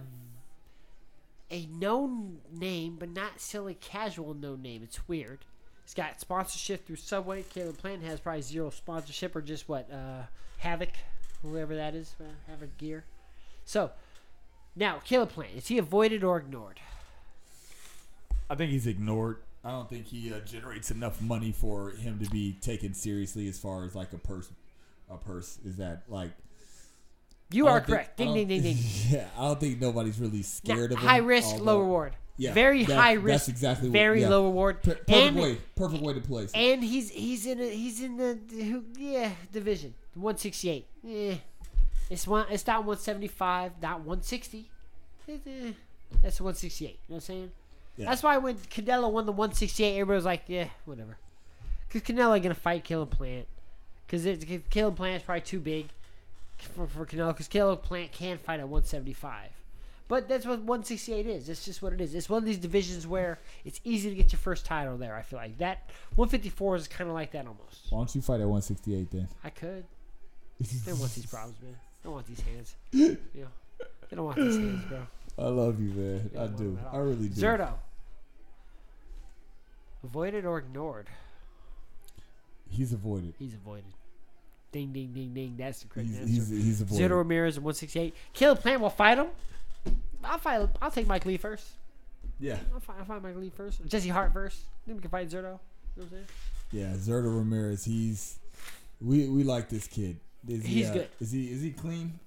A: a known name, but not silly casual known name. It's weird. He's got sponsorship through Subway. Caleb Plant has probably zero sponsorship or just what uh, Havoc, whoever that is, uh, Havoc Gear. So now, Caleb Plant is he avoided or ignored?
B: I think he's ignored. I don't think he uh, generates enough money for him to be taken seriously as far as like a person. A purse is that like
A: You
B: I
A: are
B: don't think-
A: correct.
B: I
A: ding, ding,
B: don't-
A: ding, ding.
B: Yeah, I don't think nobody's really
A: Now,
B: scared of him.
A: high risk, low
B: although-
A: reward.
B: Yeah,
A: very
B: that-
A: high
B: that's
A: risk,
B: exactly what-
A: very
B: yeah.
A: low reward.
B: Per- perfect
A: and,
B: way, perfect way to place. it.
A: and he's he's in a, he's in the who- yeah division 168. Eh. It's one. It's not 175. Not 160. Eh, eh. That's 168. You know what I'm saying?
B: Yeah.
A: That's why when Canelo won the 168, everybody was like, yeah, whatever. Because Canelo ain't gonna fight Caleb Plant. Because Caleb Plant is probably too big for, for Canelo. Because Caleb Plant can fight at 175. But that's what 168 is. It's just what it is. It's one of these divisions where it's easy to get your first title there. I feel like that 154 is kind of like that almost.
B: Why don't you fight at 168 then?
A: I could. They don't want these problems, man. They don't want these hands. You know, they don't want these hands, bro.
B: I love you, man.
A: Yeah,
B: I
A: well,
B: do.
A: at all.
B: I really do.
A: Zerto. Avoided or ignored?
B: He's avoided.
A: He's avoided. Ding, ding, ding, ding. That's the correct
B: He's,
A: answer.
B: he's, he's avoided.
A: Zero Ramirez and 168. Caleb Plant will fight him. I'll fight. I'll take Mike Lee first.
B: Yeah,
A: I'll fight, I'll fight Mike Lee first. Jesse Hart first. Then we can fight Zerto. You know what I'm saying?
B: yeah. Zerto Ramirez. He's we we like this kid. Is he,
A: He's
B: uh,
A: good.
B: Is he is he clean?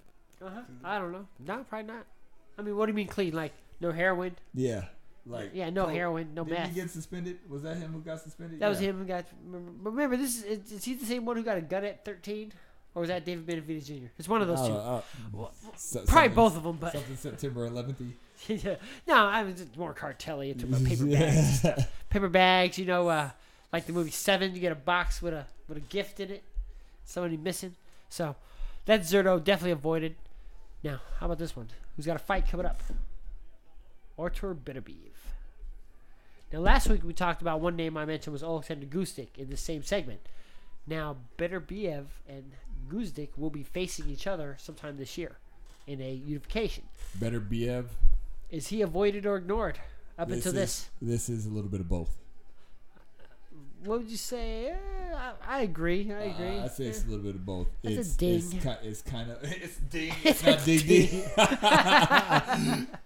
A: Uh-huh. I don't know. No, probably not. I mean, what do you mean clean? Like, no heroin?
B: Yeah, like
A: yeah, no
B: so-
A: heroin, no
B: Did
A: meth.
B: he get suspended? Was that him who got suspended?
A: that was
B: Yeah.
A: him who got. Remember, remember, this is, is is he the same one who got a gun at 13? Or was that David Benavides Jr.? It's one of those
B: I
A: two.
B: don't- I-
A: Well,
B: so-
A: Probably
B: Oh, uh, something-
A: both of them, but
B: Something September 11th. -y.
A: yeah. no, I was just more cartelli. It took my paper bags, paper bags. You know, uh, like the movie Seven, you get a box with a with a gift in it, somebody missing. So that Zerto definitely avoided. Now, how about this one? Who's got a fight coming up? Artur Beterbiev. Now, last week we talked about one name I mentioned was Alexander Gustik in the same segment. Now, Beterbiev and Gustik will be facing each other sometime this year in a unification.
B: Better Biev.
A: Is he avoided or ignored up until this?
B: This is a little bit of both.
A: What would you say? Eh, I, I agree. I agree.
B: Uh, I say
A: Eh.
B: it's a little bit of both.
A: That's a
B: it's, It's,
A: ding.
B: ki- it's kind of it's ding. It's not ding ding.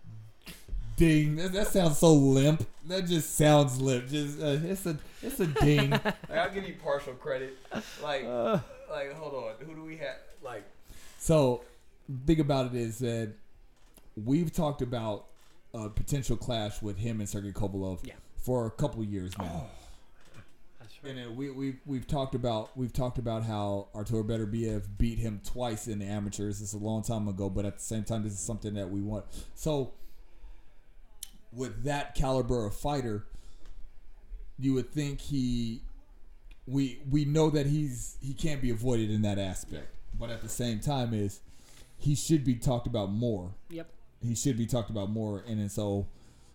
B: ding. That, that sounds so limp. That just sounds limp. Just uh, it's a it's a ding. like, I'll give you partial credit. Like
A: Uh.
B: like hold on. Who do we have? Like so. Big about it is that we've talked about a potential clash with him and Sergey Kovalov
A: Yeah. Oh.
B: for a couple years now.
A: That's
B: And then we we we've talked about we've talked about how Artur Better BF beat him twice in the amateurs. It's a long time ago, but at the same time, this is something that we want. So, with that caliber of fighter, you would think he we we know that he's he can't be avoided in that aspect, but at the same time, is he should be talked about more
A: Yep.
B: he should be talked about more. And then so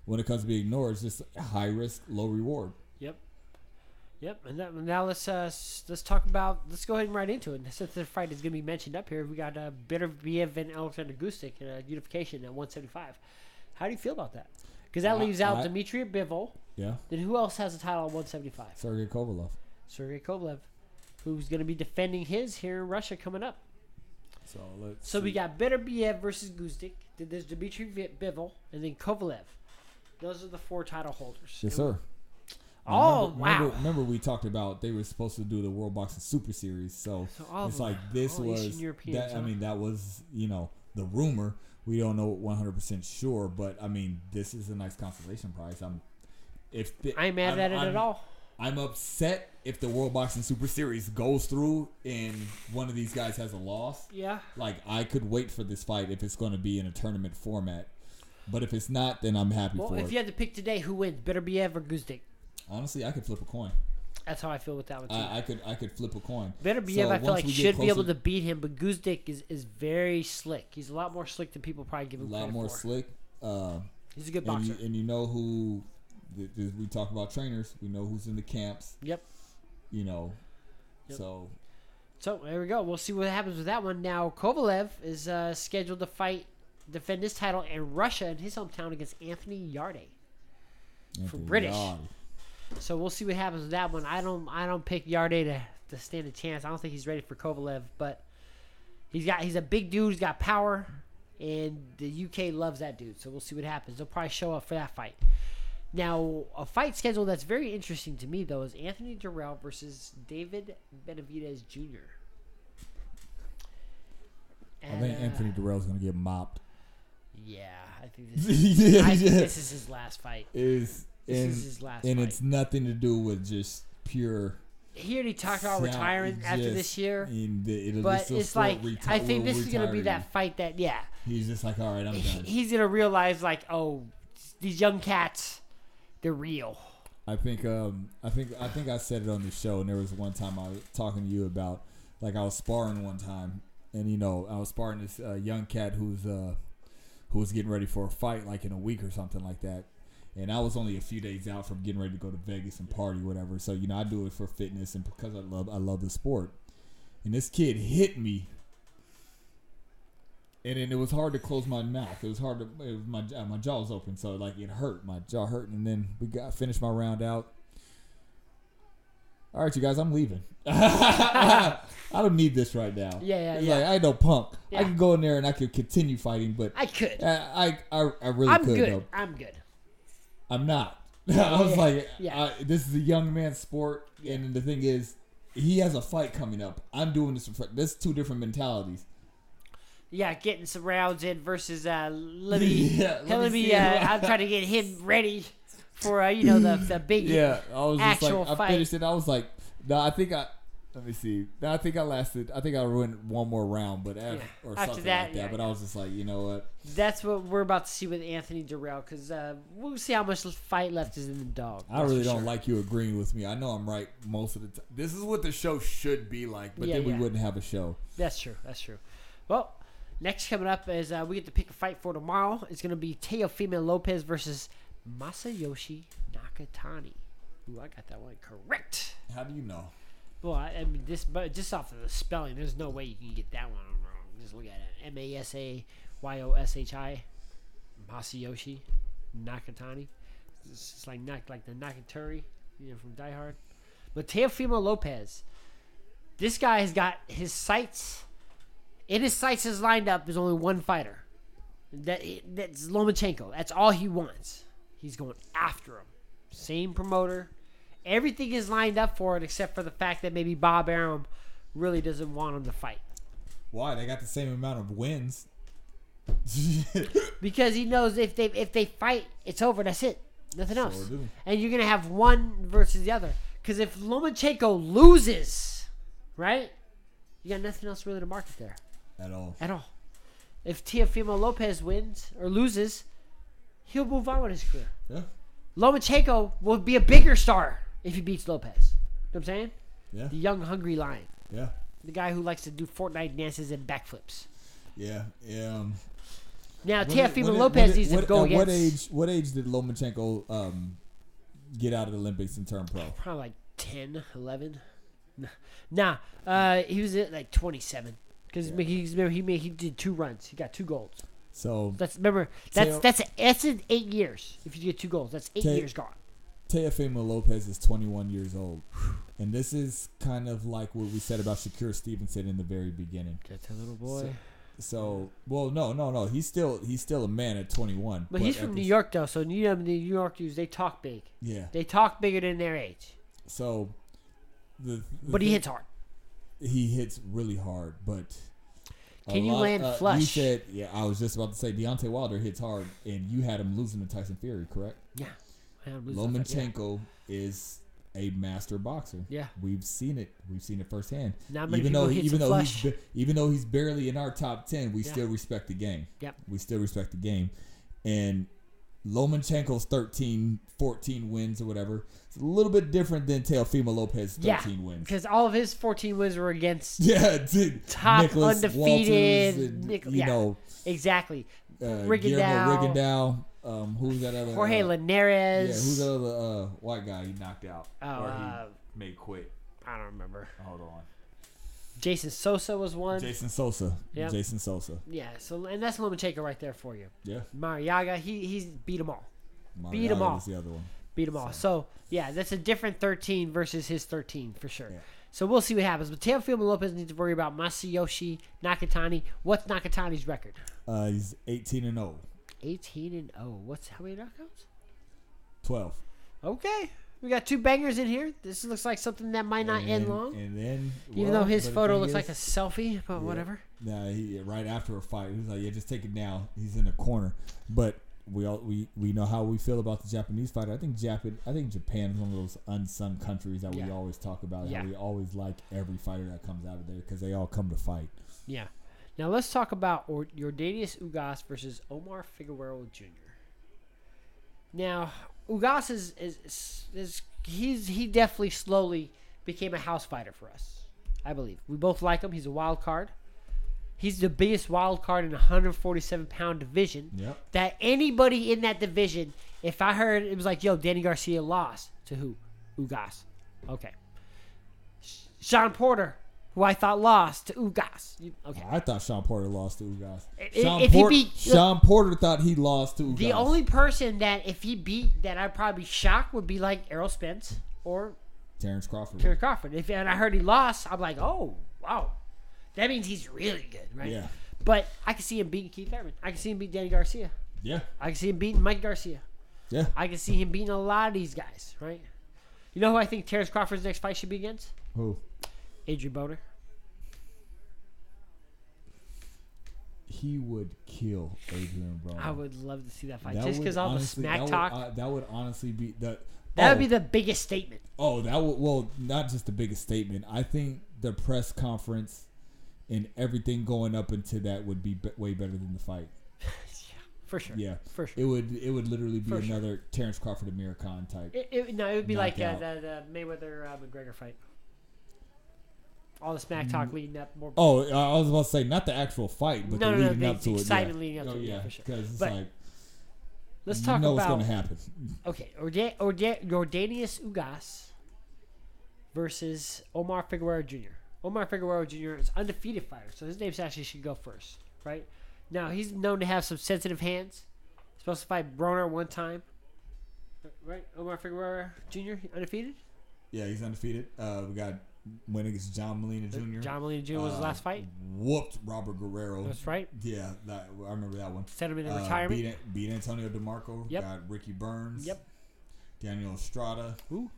B: when it comes to being ignored, it's just high risk, low reward.
A: Yep. Yep. And that, now let's uh, s- let's talk about let's go ahead and right into it. And Since the fight is going to be mentioned up here, we got uh, Bitter Biev and Alexander Gustik in a unification at 175. How do you feel about that? Because that
B: I-
A: leaves out
B: I-
A: Dmitry Bivol.
B: Yeah.
A: Then who else has a title at 175?
B: Sergey Kovalov.
A: Sergey Kovalev, who's going to be defending his here in Russia coming up.
B: So let's.
A: So we
B: see.
A: got Bitter Biev versus Gustik. Then there's Dmitry Vi- Bivol, and then Kovalev. Those are the four title holders.
B: Yes, sir.
A: Oh,
B: remember,
A: wow.
B: Remember, remember we talked about they were supposed to do the World Boxing Super Series. So,
A: So all of
B: it's
A: them.
B: like this
A: All Eastern
B: was.
A: Europeans,
B: That, I
A: huh?
B: mean, that was, you know, the rumor. We don't know 100% sure, but I mean, this is a nice consolation prize. I'm. If the,
A: I ain't mad
B: I'm-
A: at it
B: I'm-
A: at all.
B: I'm upset if the World Boxing Super Series goes through and one of these guys has a loss.
A: Yeah.
B: Like I could wait for this fight if it's going to be in a tournament format, but if it's not, then I'm happy
A: Well,
B: for
A: if
B: it.
A: you had to pick today, who wins? Better be ever Guzdik.
B: Honestly, I could flip a coin.
A: That's how I feel with that one too.
B: I, I could I could flip a coin.
A: Better be
B: Uh, So
A: ever, I feel
B: once
A: like
B: we get
A: should be able
B: closer-
A: to beat him, but Guzdik is, is very slick. He's a lot more slick than people probably give
B: a
A: him
B: lot
A: credit
B: more
A: for.
B: slick. Uh,
A: He's a good
B: and
A: boxer.
B: you, and you know who th- th- we talk about trainers. We know who's in the camps.
A: Yep.
B: You know,
A: Yep.
B: so
A: So there we go. We'll see what happens with that one. Now Kovalev is uh, scheduled to fight, defend his title in Russia in his hometown against Anthony Yarde.
B: Anthony
A: British.
B: Yardy.
A: So we'll see what happens with that one. I don't I don't pick Yarde to, to stand a chance. I don't think he's ready for Kovalev, but he's got he's a big dude. He's got power, and the UK loves that dude. So we'll see what happens. They'll probably show up for that fight. Now a fight schedule that's very interesting to me though is Anthony Durrell versus David Benavidez Jr.
B: I think
A: And, uh,
B: Anthony Durrell's going to get mopped.
A: Yeah, I think this is,
B: yeah,
A: I think
B: yeah.
A: this is his last fight.
B: Is
A: This
B: and
A: is his last
B: and
A: fight.
B: it's nothing to do with just pure.
A: He already talked about
B: sound,
A: retiring after
B: just-
A: this year.
B: and the- it'll
A: But
B: just a
A: it's
B: short
A: like
B: reti-
A: I think
B: little
A: this is gonna be
B: retiree.
A: that fight that yeah
B: He's just like, all right, I'm
A: he-
B: done.
A: he's gonna realize like oh these young cats they're real
B: I think um I think I think I said it on the show and there was one time I was talking to you about like I was sparring one time and you know I was sparring this uh, young cat who's uh who was getting ready for a fight like in a week or something like that and I was only a few days out from getting ready to go to Vegas and party whatever so you know I do it for fitness and because I love I love the sport and this kid hit me and then it was hard to close my mouth. It was hard to it was my uh, my jaw was open, so like it hurt. My jaw hurt, and then we got finished my round out. All right, you guys, I'm leaving. I don't need this right now.
A: Yeah, yeah,
B: It's
A: yeah.
B: Like, I ain't no punk.
A: Yeah.
B: I can go in there and I can continue fighting, but
A: I could
B: I I I, I really
A: I'm
B: could.
A: good
B: Though.
A: I'm good
B: I'm not. I
A: Yeah,
B: was like,
A: yeah.
B: I, this is a young man's sport, and the thing is, he has a fight coming up. I'm doing this. For, that's two different mentalities.
A: yeah getting some rounds in versus uh let me
B: Yeah, let
A: let,
B: me
A: me
B: see
A: uh,
B: him.
A: I'm trying to get him ready for uh, you know the the big
B: Yeah, I was just
A: actual
B: like,
A: fight.
B: I finished it. I was like, no, I think I. Let me see. No, I think I lasted. I think I went one more round, but after,
A: Yeah.
B: or
A: After
B: something
A: that,
B: like that.
A: yeah,
B: but
A: yeah.
B: I was just like, you know what?
A: that's what we're about to see with Anthony Durrell because uh, we'll see how much fight left is in the dog
B: I really don't like you agreeing with me. I know I'm right most of the time. This is what the show should be like, but
A: Yeah,
B: then we
A: yeah.
B: wouldn't have a show.
A: That's true. That's true. Well, Next coming up is uh, we get to pick a fight for tomorrow. It's going to be Teofimo Lopez versus Masayoshi Nakatani. Ooh, I got that one correct.
B: How do you know?
A: Well, I, I mean, this, but just off of the spelling, there's no way you can get that one wrong. Just look at it: M A S A Y O S H I, Masayoshi Nakatani. It's just like Nak, like the Nakaturi, you know, from Die Hard. But Teofimo Lopez, this guy has got his sights. In his sights is lined up. There's only one fighter. That that's Lomachenko. That's all he wants. He's going after him. Same promoter. Everything is lined up for it, except for the fact that maybe Bob Arum really doesn't want him to fight
B: Why? They got the same amount of wins.
A: because he knows if they if they fight, it's over. That's it. Nothing else.
B: Sure do.
A: and you're gonna have one versus the other. Because if Lomachenko loses, right, you got nothing else really to market there.
B: At all.
A: at all. If Teofimo Lopez wins or loses, he'll move on with his career.
B: Yeah.
A: Lomachenko will be a bigger star if he beats Lopez. You know what I'm saying?
B: Yeah.
A: The young, hungry lion.
B: Yeah.
A: The guy who likes to do Fortnite dances and backflips.
B: Yeah. Yeah. Um,
A: Now,
B: when did-
A: Teofimo
B: when did-
A: Lopez
B: when did-
A: needs to
B: what-
A: go
B: at
A: against
B: What age? What age did Lomachenko um, get out of the Olympics and turn pro?
A: probably like 10, 11. Nah. Nah, uh, he was at like 27. Because he's remember he made, he did two runs. He got two goals.
B: So
A: That's remember that's
B: Teo-
A: that's that's in eight years. If you get two goals, that's eight
B: Te-
A: years gone.
B: Teofimo Lopez is 21 years old, and this is kind of like what we said about Shakur Stevenson in the very beginning.
A: That's a little
B: boy. So, well, no, no, no. He's still he's still a man at 21.
A: But he's
B: at
A: from New
B: this-
A: York though, so you know New York dudes they talk big.
B: Yeah.
A: They talk bigger than their age.
B: So, the, the
A: But he
B: thing-
A: hits hard.
B: he hits really hard, but. a uh,
A: Can you land flush?
B: You said, yeah, I was just about to say Deontay Wilder hits hard, and you had him losing to Tyson Fury, correct?
A: Yeah. I don't lose the fight, yeah.
B: Lomachenko is a master boxer.
A: Yeah.
B: we've seen it. We've seen it firsthand.
A: Not many people
B: though,
A: hit some
B: even though
A: flush.
B: he's ba- even though he's barely in our top ten, we
A: Yeah.
B: still respect the game.
A: Yep.
B: We still respect the game, and Lomachenko's 13, 14 wins or whatever. It's a little bit different than Teofimo Lopez's
A: Yeah.
B: thirteen wins.
A: Because all of his 14 wins were against.
B: Yeah, dude.
A: Top
B: Nicholas
A: undefeated
B: Walters and,
A: Nic-
B: you
A: yeah.
B: know,
A: Exactly.
B: uh,
A: Rigondeaux.
B: Guillermo Rigondeaux. Um, who's that other?
A: Jorge
B: uh, Yeah, who's
A: Linares.
B: the other uh, white guy he knocked out?
A: Oh,
B: or he
A: uh,
B: made quit.
A: I don't remember.
B: Hold on.
A: Jason Sosa was one.
B: Jason Sosa.
A: Yep.
B: Jason Sosa.
A: Yeah, so and that's Lomachenko right there for you.
B: Yeah.
A: Mariaga, he he's beat them all.
B: Mario
A: Beat 'em all.
B: was the other one.
A: beat them all. So yeah, that's a different thirteen versus his thirteen for sure.
B: Yeah.
A: So we'll see what happens. But Teofimo Lopez needs to worry about Masayoshi Nakatani. What's Nakatani's record?
B: Uh, he's 18 and 0.
A: Eighteen and oh. What's how many knockouts?
B: 12.
A: Okay, we got two bangers in here. This looks like something that might not
B: and,
A: end long.
B: And then.
A: even
B: well,
A: though his
B: but the
A: photo
B: thing
A: looks
B: is-
A: like a selfie, but
B: Yeah.
A: whatever.
B: Nah, he, right after a fight, he was like, "Yeah, just take it now." He's in the corner, but we all we, we know how we feel about the Japanese fighter. I think Japan, I think Japan is one of those unsung countries that
A: Yeah.
B: we always talk about.
A: Yeah.
B: How we always like every fighter that comes out of there because they all come to fight.
A: Yeah. Now let's talk about or- Jordanius Ugas versus Omar Figueroa Jr. Now Ugas is, is, is, he's he definitely slowly became a house fighter for us. I believe we both like him. He's a wild card. He's the biggest wild card in a 147 pound division.
B: Yep.
A: That anybody in that division, if I heard it was like, yo, Danny Garcia lost to who? Ugas. Okay. Sean Porter, who I thought lost to Ugas. You- Okay.
B: I thought Sean Porter lost to Ugas.
A: If-
B: Sean,
A: if he
B: Port-
A: beat-
B: Sean Porter thought he lost to Ugas.
A: The only person that if he beat that I'd probably be shocked would be like Errol Spence or
B: Terrence Crawford.
A: Terry Crawford. If and I heard he lost, I'm like, oh wow, that means he's really good, right?
B: Yeah.
A: But I can see him beating Keith Thurman. I can see him beat Danny Garcia.
B: Yeah,
A: I can see him beating Mike Garcia.
B: yeah.
A: I can see him beating a lot of these guys, right? You know who I think Terrence Crawford's next fight should be against?
B: Who?
A: Adrian Boner.
B: He would kill Adrian Broner.
A: I would love to see that fight
B: That
A: just
B: would
A: because all
B: honestly-
A: the smack
B: that would,
A: talk.
B: uh, that would honestly be the.
A: that would
B: oh,
A: be the biggest statement.
B: Oh, that would well, not just the biggest statement. I think the press conference and everything going up into that would be, be way better than the fight.
A: yeah, for sure.
B: Yeah,
A: For sure.
B: it would. It would literally be
A: For sure.
B: another Terrence Crawford Amir Khan type.
A: It, it, no, it would be like uh,
B: Knockout.
A: the, the Mayweather uh, McGregor fight. all the smack talk leading up. More
B: Mm. Oh, I I was about to say not the actual fight, but
A: no,
B: the
A: no, no,
B: leading
A: the,
B: up to
A: the
B: it.
A: excitement
B: yeah.
A: leading up
B: oh,
A: to it.
B: yeah,
A: Yeah, for sure.
B: Because it's
A: But
B: like
A: Let's
B: you
A: talk
B: know what's
A: about
B: going to happen.
A: okay, Orde, Orde, Jordanius Ugas versus Omar Figueroa Jr. Omar Figueroa Jr. is undefeated fighter, so his name's actually should go first, right? Now he's known to have some sensitive hands. Supposed to fight Broner one time, right? Omar Figueroa Jr. undefeated.
B: Yeah, he's undefeated. Uh, we got win against John Molina Jr.
A: Uh, John Molina Jr. was his
B: Uh,
A: last fight.
B: Whooped Robert Guerrero.
A: That's right.
B: Yeah, that, I remember that one.
A: Sent him into
B: Uh,
A: retirement.
B: Beat, beat Antonio DeMarco.
A: Yep.
B: Got Ricky Burns.
A: Yep.
B: Daniel Estrada.
A: Ooh.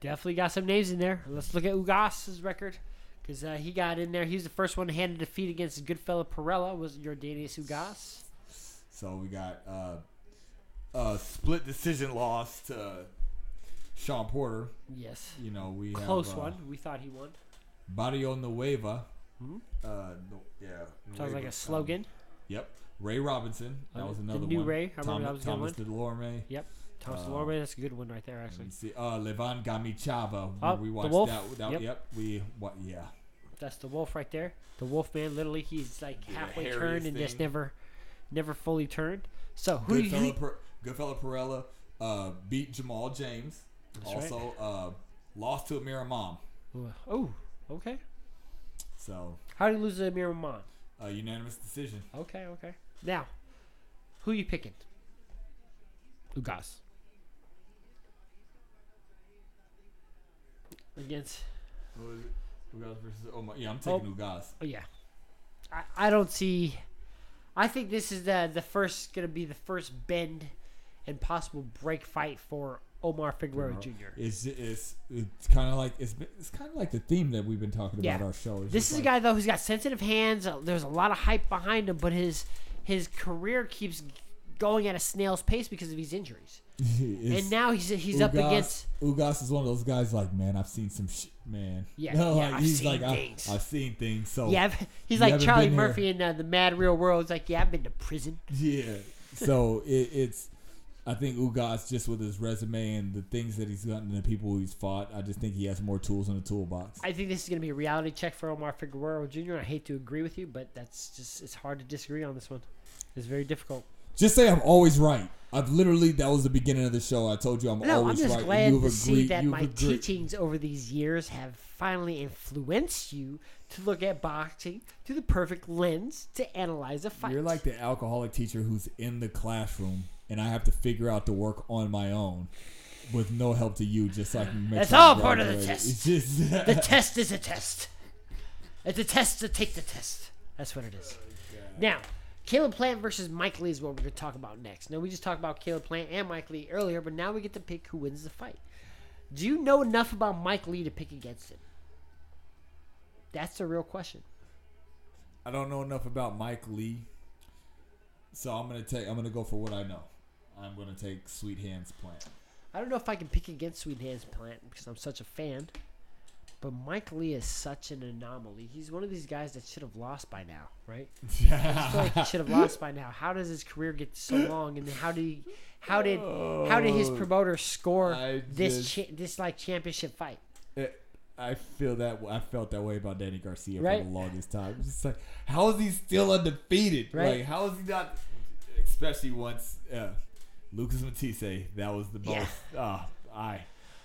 A: Definitely got some names in there. Let's look at Ugas' record. Because uh, he got in there. He was the first one to hand a defeat against his good fellow Perella, was Jordanius Ugas.
B: So we got uh, a split decision loss to Sean Porter.
A: Yes.
B: You know we
A: Close
B: have, uh,
A: one. We thought he won.
B: Barrio Nueva.
A: Mhm.
B: Uh, no- yeah.
A: Sounds
B: Nueva,
A: like
B: um,
A: a slogan.
B: Yep. Ray Robinson. That
A: Oh,
B: was
A: the
B: another
A: new
B: one.
A: Ray. I remember
B: Thomas,
A: that was a good
B: Thomas DeLorme.
A: Thomas
B: uh,
A: Delorme, that's a good one right there, actually.
B: Let's see. Uh, Levan Gamichava.
A: Oh,
B: we
A: the
B: watched
A: Wolf.
B: that. that
A: Yep.
B: yep. We what? Yeah.
A: That's the wolf right there. The wolf man, literally, he's like
B: Yeah,
A: halfway
B: hairiest
A: turned and just
B: thing.
A: never, never fully turned. So who do you?
B: Goodfella, per, Goodfella Perella uh, beat Jamal James.
A: That's right.
B: also uh, lost to Amir Mom.
A: Oh, okay.
B: So
A: How did he lose to Amir Rahman?
B: a unanimous decision.
A: Okay, okay. Now, who you picking? Ugas. Against
B: Who is it? Ugas versus Omar. Yeah, I'm taking Ugas.
A: oh yeah. I, I don't see I think this is the the first gonna be the first bend and possible break fight for Omar Figueroa Jr.
B: It's it's it's kind of like it's been- it's kind of like the theme that we've been talking about
A: Yeah.
B: our show. It's
A: This
B: just
A: is a
B: like,
A: guy though who's got sensitive hands. Uh, There's a lot of hype behind him, but his his career keeps going at a snail's pace because of his injuries.
B: it's-
A: and now he's he's up
B: Ugas-
A: against
B: Ugas is one of those guys like man, I've seen some shit, man.
A: Yeah,
B: No,
A: yeah,
B: like,
A: I've
B: he's
A: seen
B: like
A: things.
B: I, I've seen things. So
A: Yeah, I've- he's
B: You
A: like
B: haven't
A: Charlie
B: been here.
A: Murphy in uh, the Mad Real World. He's like, yeah, I've been to prison.
B: Yeah. So it, it's, I think Ugas just with his resume and the things that he's gotten and the people he's fought, I just think he has more tools in the toolbox.
A: I think this is going to be a reality check for Omar Figueroa Jr. I hate to agree with you, but that's just it's hard to disagree on this one. It's very difficult.
B: Just say I'm always right. I've literally that was the beginning of the show. I told you I'm
A: No, I'm
B: always
A: just
B: right.
A: glad
B: and
A: to
B: you've
A: see
B: agreed-
A: that
B: you've
A: my
B: agreed.
A: teachings over these years have finally influenced you to look at boxing through the perfect lens to analyze a fight.
B: You're like the alcoholic teacher who's in the classroom, and I have to figure out the work on my own. With no help to you, just like
A: That's all part of the test.
B: It's just
A: the test is a test. It's a test to take the test. That's what it is. now, Caleb Plant versus Mike Lee is what we're going to talk about next. Now, we just talked about Caleb Plant and Mike Lee earlier, but now we get to pick who wins the fight. Do you know enough about Mike Lee to pick against him? That's the real question.
B: I don't know enough about Mike Lee, so I'm gonna take. I'm gonna go for what I know. I'm gonna take Sweet Hands Plant.
A: I don't know if I can pick against Sweet Hands Plant because I'm such a fan, but Mike Lee is such an anomaly. He's one of these guys that should have lost by now, right? I feel like he should have lost by now. How does his career get so long? And then how did he, how did how did his
B: Oh,
A: promoter score
B: I
A: this
B: just-
A: cha- this like championship fight?
B: It- I feel that. I felt that way about Danny Garcia
A: Right.
B: for the longest time. It's just like, how is he still undefeated?
A: Right.
B: Like, how is he not? Especially once uh, Lucas Matisse. That was the most.
A: Yeah.
B: Uh, I,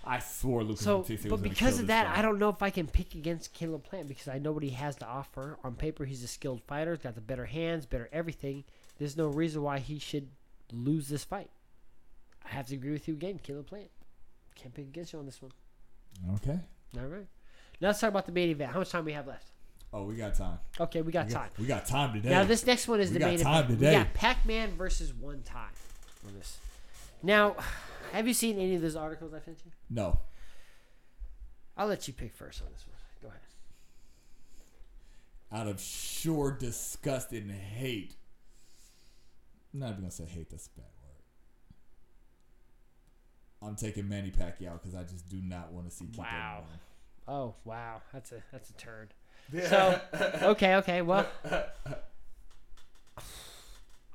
B: I swore Lucas
A: So,
B: Matisse. was
A: but
B: gonna
A: because
B: kill
A: of
B: this
A: that,
B: guy.
A: I don't know if I can pick against Caleb Plant because I know what he has to offer. On paper, he's a skilled fighter. He's got the better hands, better everything. There's no reason why he should lose this fight. I have to agree with you again, Caleb Plant. Can't pick against you on this one.
B: Okay.
A: All right. Now let's talk about the main event. How much time we have left?
B: Oh, we got time.
A: Okay, we got
B: We
A: time.
B: got, we got time today.
A: Now this next one is
B: We
A: the
B: got
A: main
B: time
A: event. We
B: today.
A: got Pac-Man versus One Time on this. Now, have you seen any of those articles I sent you?
B: no.
A: I'll let you pick first on this one. Go ahead.
B: out of sure disgust and hate. I'm not even gonna say hate. That's a bad word. I'm taking Manny Pacquiao because I just do not want to see. Keith
A: Wow. Oh wow, that's a that's a turd. So okay, okay, well,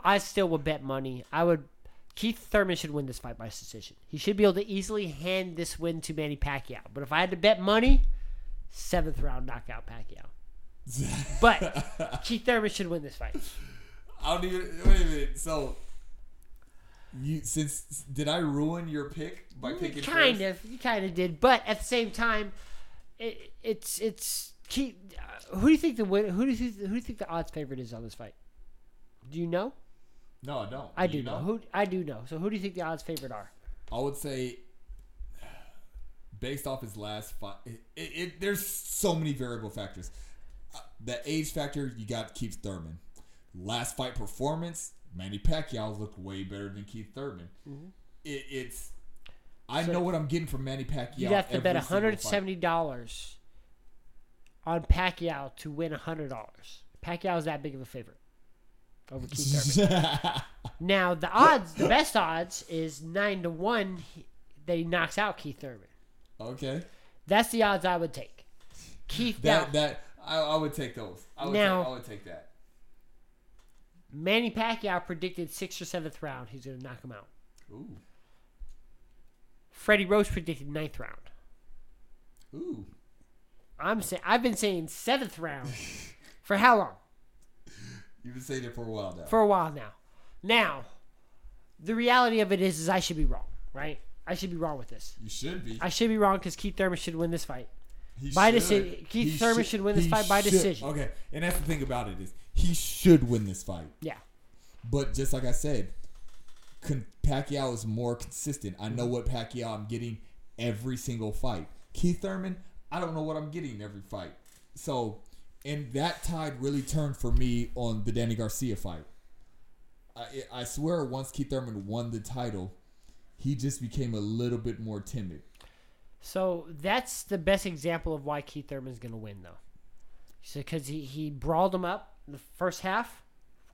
A: I still would bet money. I would. Keith Thurman should win this fight by decision. He should be able to easily hand this win to Manny Pacquiao. But if I had to bet money, seventh round knockout Pacquiao. But Keith Thurman should win this fight.
B: I don't even. Wait a minute. So, you since did I ruin your pick by picking
A: Kind
B: first?
A: of, you kind of did, but at the same time, it, it's it's Keith. Uh, who do you think the win? Who do you who do you think the odds favorite is on this fight? Do you know?
B: No, I don't.
A: I
B: You
A: do know. Who I do know. So who do you think the odds favorite are?
B: I would say, based off his last fight, it, it, it, there's so many variable factors. Uh, The age factor, you got Keith Thurman. Last fight performance, Manny Pacquiao looked way better than Keith Thurman. It, it's, I
A: Mm-hmm. So-
B: know what I'm getting from Manny Pacquiao.
A: You'd have to
B: every
A: bet
B: single fight.
A: $170 on Pacquiao to win $100. Pacquiao's that big of a favorite over Keith Thurman. Now the odds, the best odds is nine to one he- that he knocks out Keith Thurman.
B: okay,
A: That's the odds I would take. Keith now,
B: that that I, I would take those. I would
A: Now-
B: take, I would take that.
A: Manny Pacquiao predicted sixth or seventh round he's gonna knock him out.
B: Ooh,
A: Freddie Roach predicted ninth round.
B: ooh.
A: I'm saying I've been saying seventh round for how long?
B: You've been saying it for a while now.
A: For a while now. Now, the reality of it is, is I should be wrong, right? I should be wrong with this.
B: you should be.
A: I should be wrong because Keith Thurman should win this fight.
B: He
A: By
B: should.
A: deci- Keith
B: He
A: Thurman should win this
B: He
A: fight by
B: should.
A: decision.
B: Okay, and that's the thing about it is he should win this fight.
A: Yeah.
B: But just like I said, con- Pacquiao is more consistent. I know what Pacquiao I'm getting every single fight. Keith Thurman, I don't know what I'm getting every fight. So, and that tide really turned for me on the Danny Garcia fight. I, I swear, once Keith Thurman won the title, he just became a little bit more timid.
A: So that's the best example of why Keith Thurman's going to win, though. So because he, he brawled him up in the first half,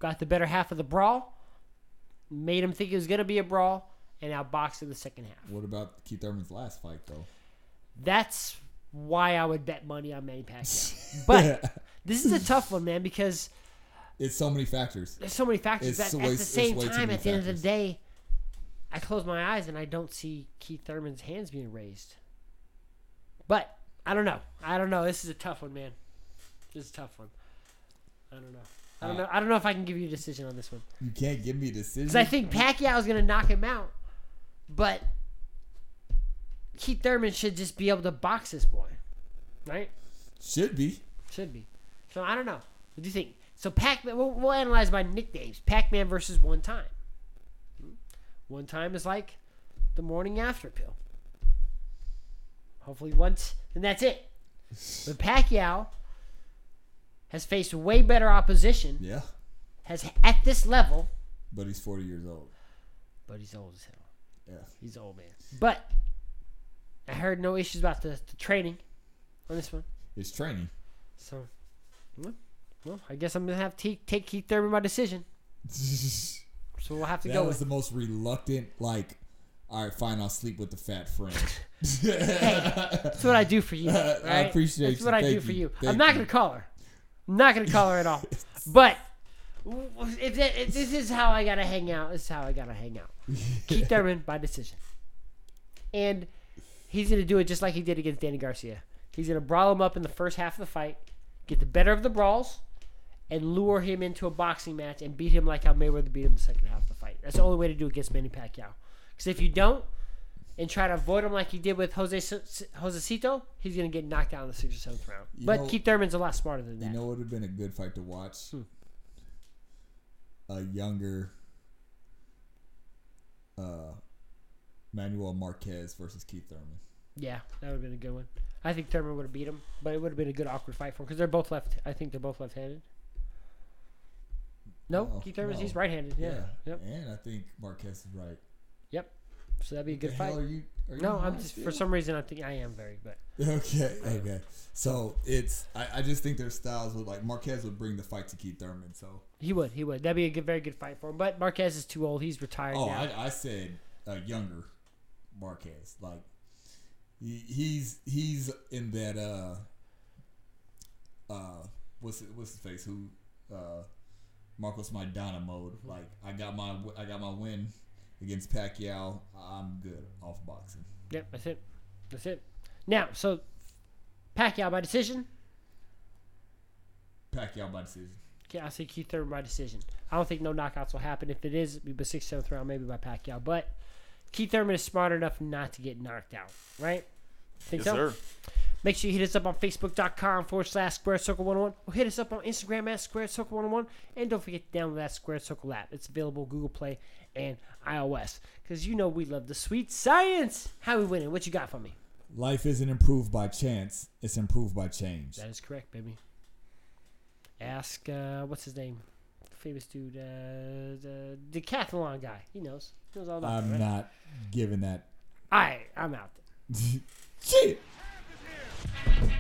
A: got the better half of the brawl, made him think it was going to be a brawl, and outboxed in the second half.
B: What about Keith Thurman's last fight, though?
A: That's why I would bet money on Manny Pacquiao. but this is a tough one, man, because
B: It's so many factors.
A: there's so many factors.
B: It's
A: That,
B: so
A: at
B: way-
A: the same
B: it's way too
A: time,
B: many
A: at the end of the
B: factors.
A: day, I close my eyes and I don't see Keith Thurman's hands being raised. But I don't know. I don't know. This is a tough one, man. This is a tough one. I don't know. I don't know. I don't know if I can give you a decision on this one
B: You can't give me a decision.
A: because I think Pacquiao is going to knock him out, but Keith Thurman should just be able to box this boy, right?
B: Should be.
A: Should be. So I don't know. What do you think? So Pac-Man, we'll, we'll analyze by nicknames. Pac-Man versus One Time. Hmm? One Time is like the morning after pill. Hopefully once, and that's it. But Pacquiao has faced way better opposition.
B: Yeah.
A: Has at this level,
B: But he's 40 years old.
A: but he's old as hell.
B: Yeah.
A: He's an old man. But I heard no issues about the, the training on this one.
B: It's training.
A: So, well, well, I guess I'm gonna have to take Keith Thurman by decision.
B: that
A: So we'll have to go
B: was
A: with.
B: the most reluctant, like, all right, fine, I'll sleep with the fat friend.
A: That's what I do for you.
B: I
A: right?
B: appreciate
A: That's
B: you.
A: what I
B: Thank
A: do for
B: you.
A: you. I'm
B: Thank
A: not
B: you.
A: gonna call her. I'm not gonna call her at all. But w- w- if, that, if this is how I gotta hang out, this is how I gotta hang out. Keith Thurman by decision, and he's gonna do it just like he did against Danny Garcia. He's gonna brawl him up in the first half of the fight, get the better of the brawls, and lure him into a boxing match and beat him like how Mayweather beat him the second half of the fight. That's the only way to do it against Manny Pacquiao. Because if you don't and try to avoid him like he did with Jose Josecito, he's gonna get knocked out in the sixth or seventh round.
B: You
A: but
B: know-
A: Keith Thurman's a lot smarter than that.
B: You know what would have been a good fight to watch?
A: Hmm.
B: A younger uh, Manuel Marquez versus Keith Thurman.
A: yeah, that would have been a good one. I think Thurman would have beat him, but it would have been a good awkward fight for him because they're both left. I think they're both left-handed. No,
B: No,
A: Keith Thurman's
B: no.
A: he's right-handed. Yeah. Yep.
B: And I think Marquez is right.
A: So that'd be a good
B: The
A: fight.
B: hell Are you, are
A: no,
B: you
A: I'm
B: high
A: just
B: still?
A: for some reason I'm thinking I am very, but
B: Okay, okay. So it's I, I just think their styles would like Marquez would bring the fight to Keith Thurman. So
A: he would, he would. That'd be a good, very good fight for him. But Marquez is too old. He's retired
B: oh,
A: now.
B: I, I said uh, younger Marquez. Like he, he's he's in that uh uh what's it, what's his face who uh Marcos Maidana mode. Like I got my I got my win against Pacquiao. I'm good off boxing.
A: Yep, that's it. That's it. Now, so Pacquiao by decision.
B: Pacquiao by decision.
A: Okay, I say Keith Thurman by decision. I don't think no knockouts will happen. If it is, it'll be by sixth, seventh round, maybe by Pacquiao. But Keith Thurman is smart enough not to get knocked out, right? Think
C: Yes, sir.
A: Make sure you hit us up on Facebook.com forward slash Square Circle 101 or hit us up on Instagram at Square Circle 101. And don't forget to download that Square Circle app. It's available Google Play and iOS. Because you know we love the sweet science. How we winning? What you got for me?
B: Life isn't improved by chance; it's improved by change.
A: That is correct, baby. Ask, uh, what's his name? Famous dude, uh, the decathlon guy. He knows. He knows all about that,
B: I'm
A: right?
B: not giving that.
A: All right, I'm out.
B: Shit.
D: Here.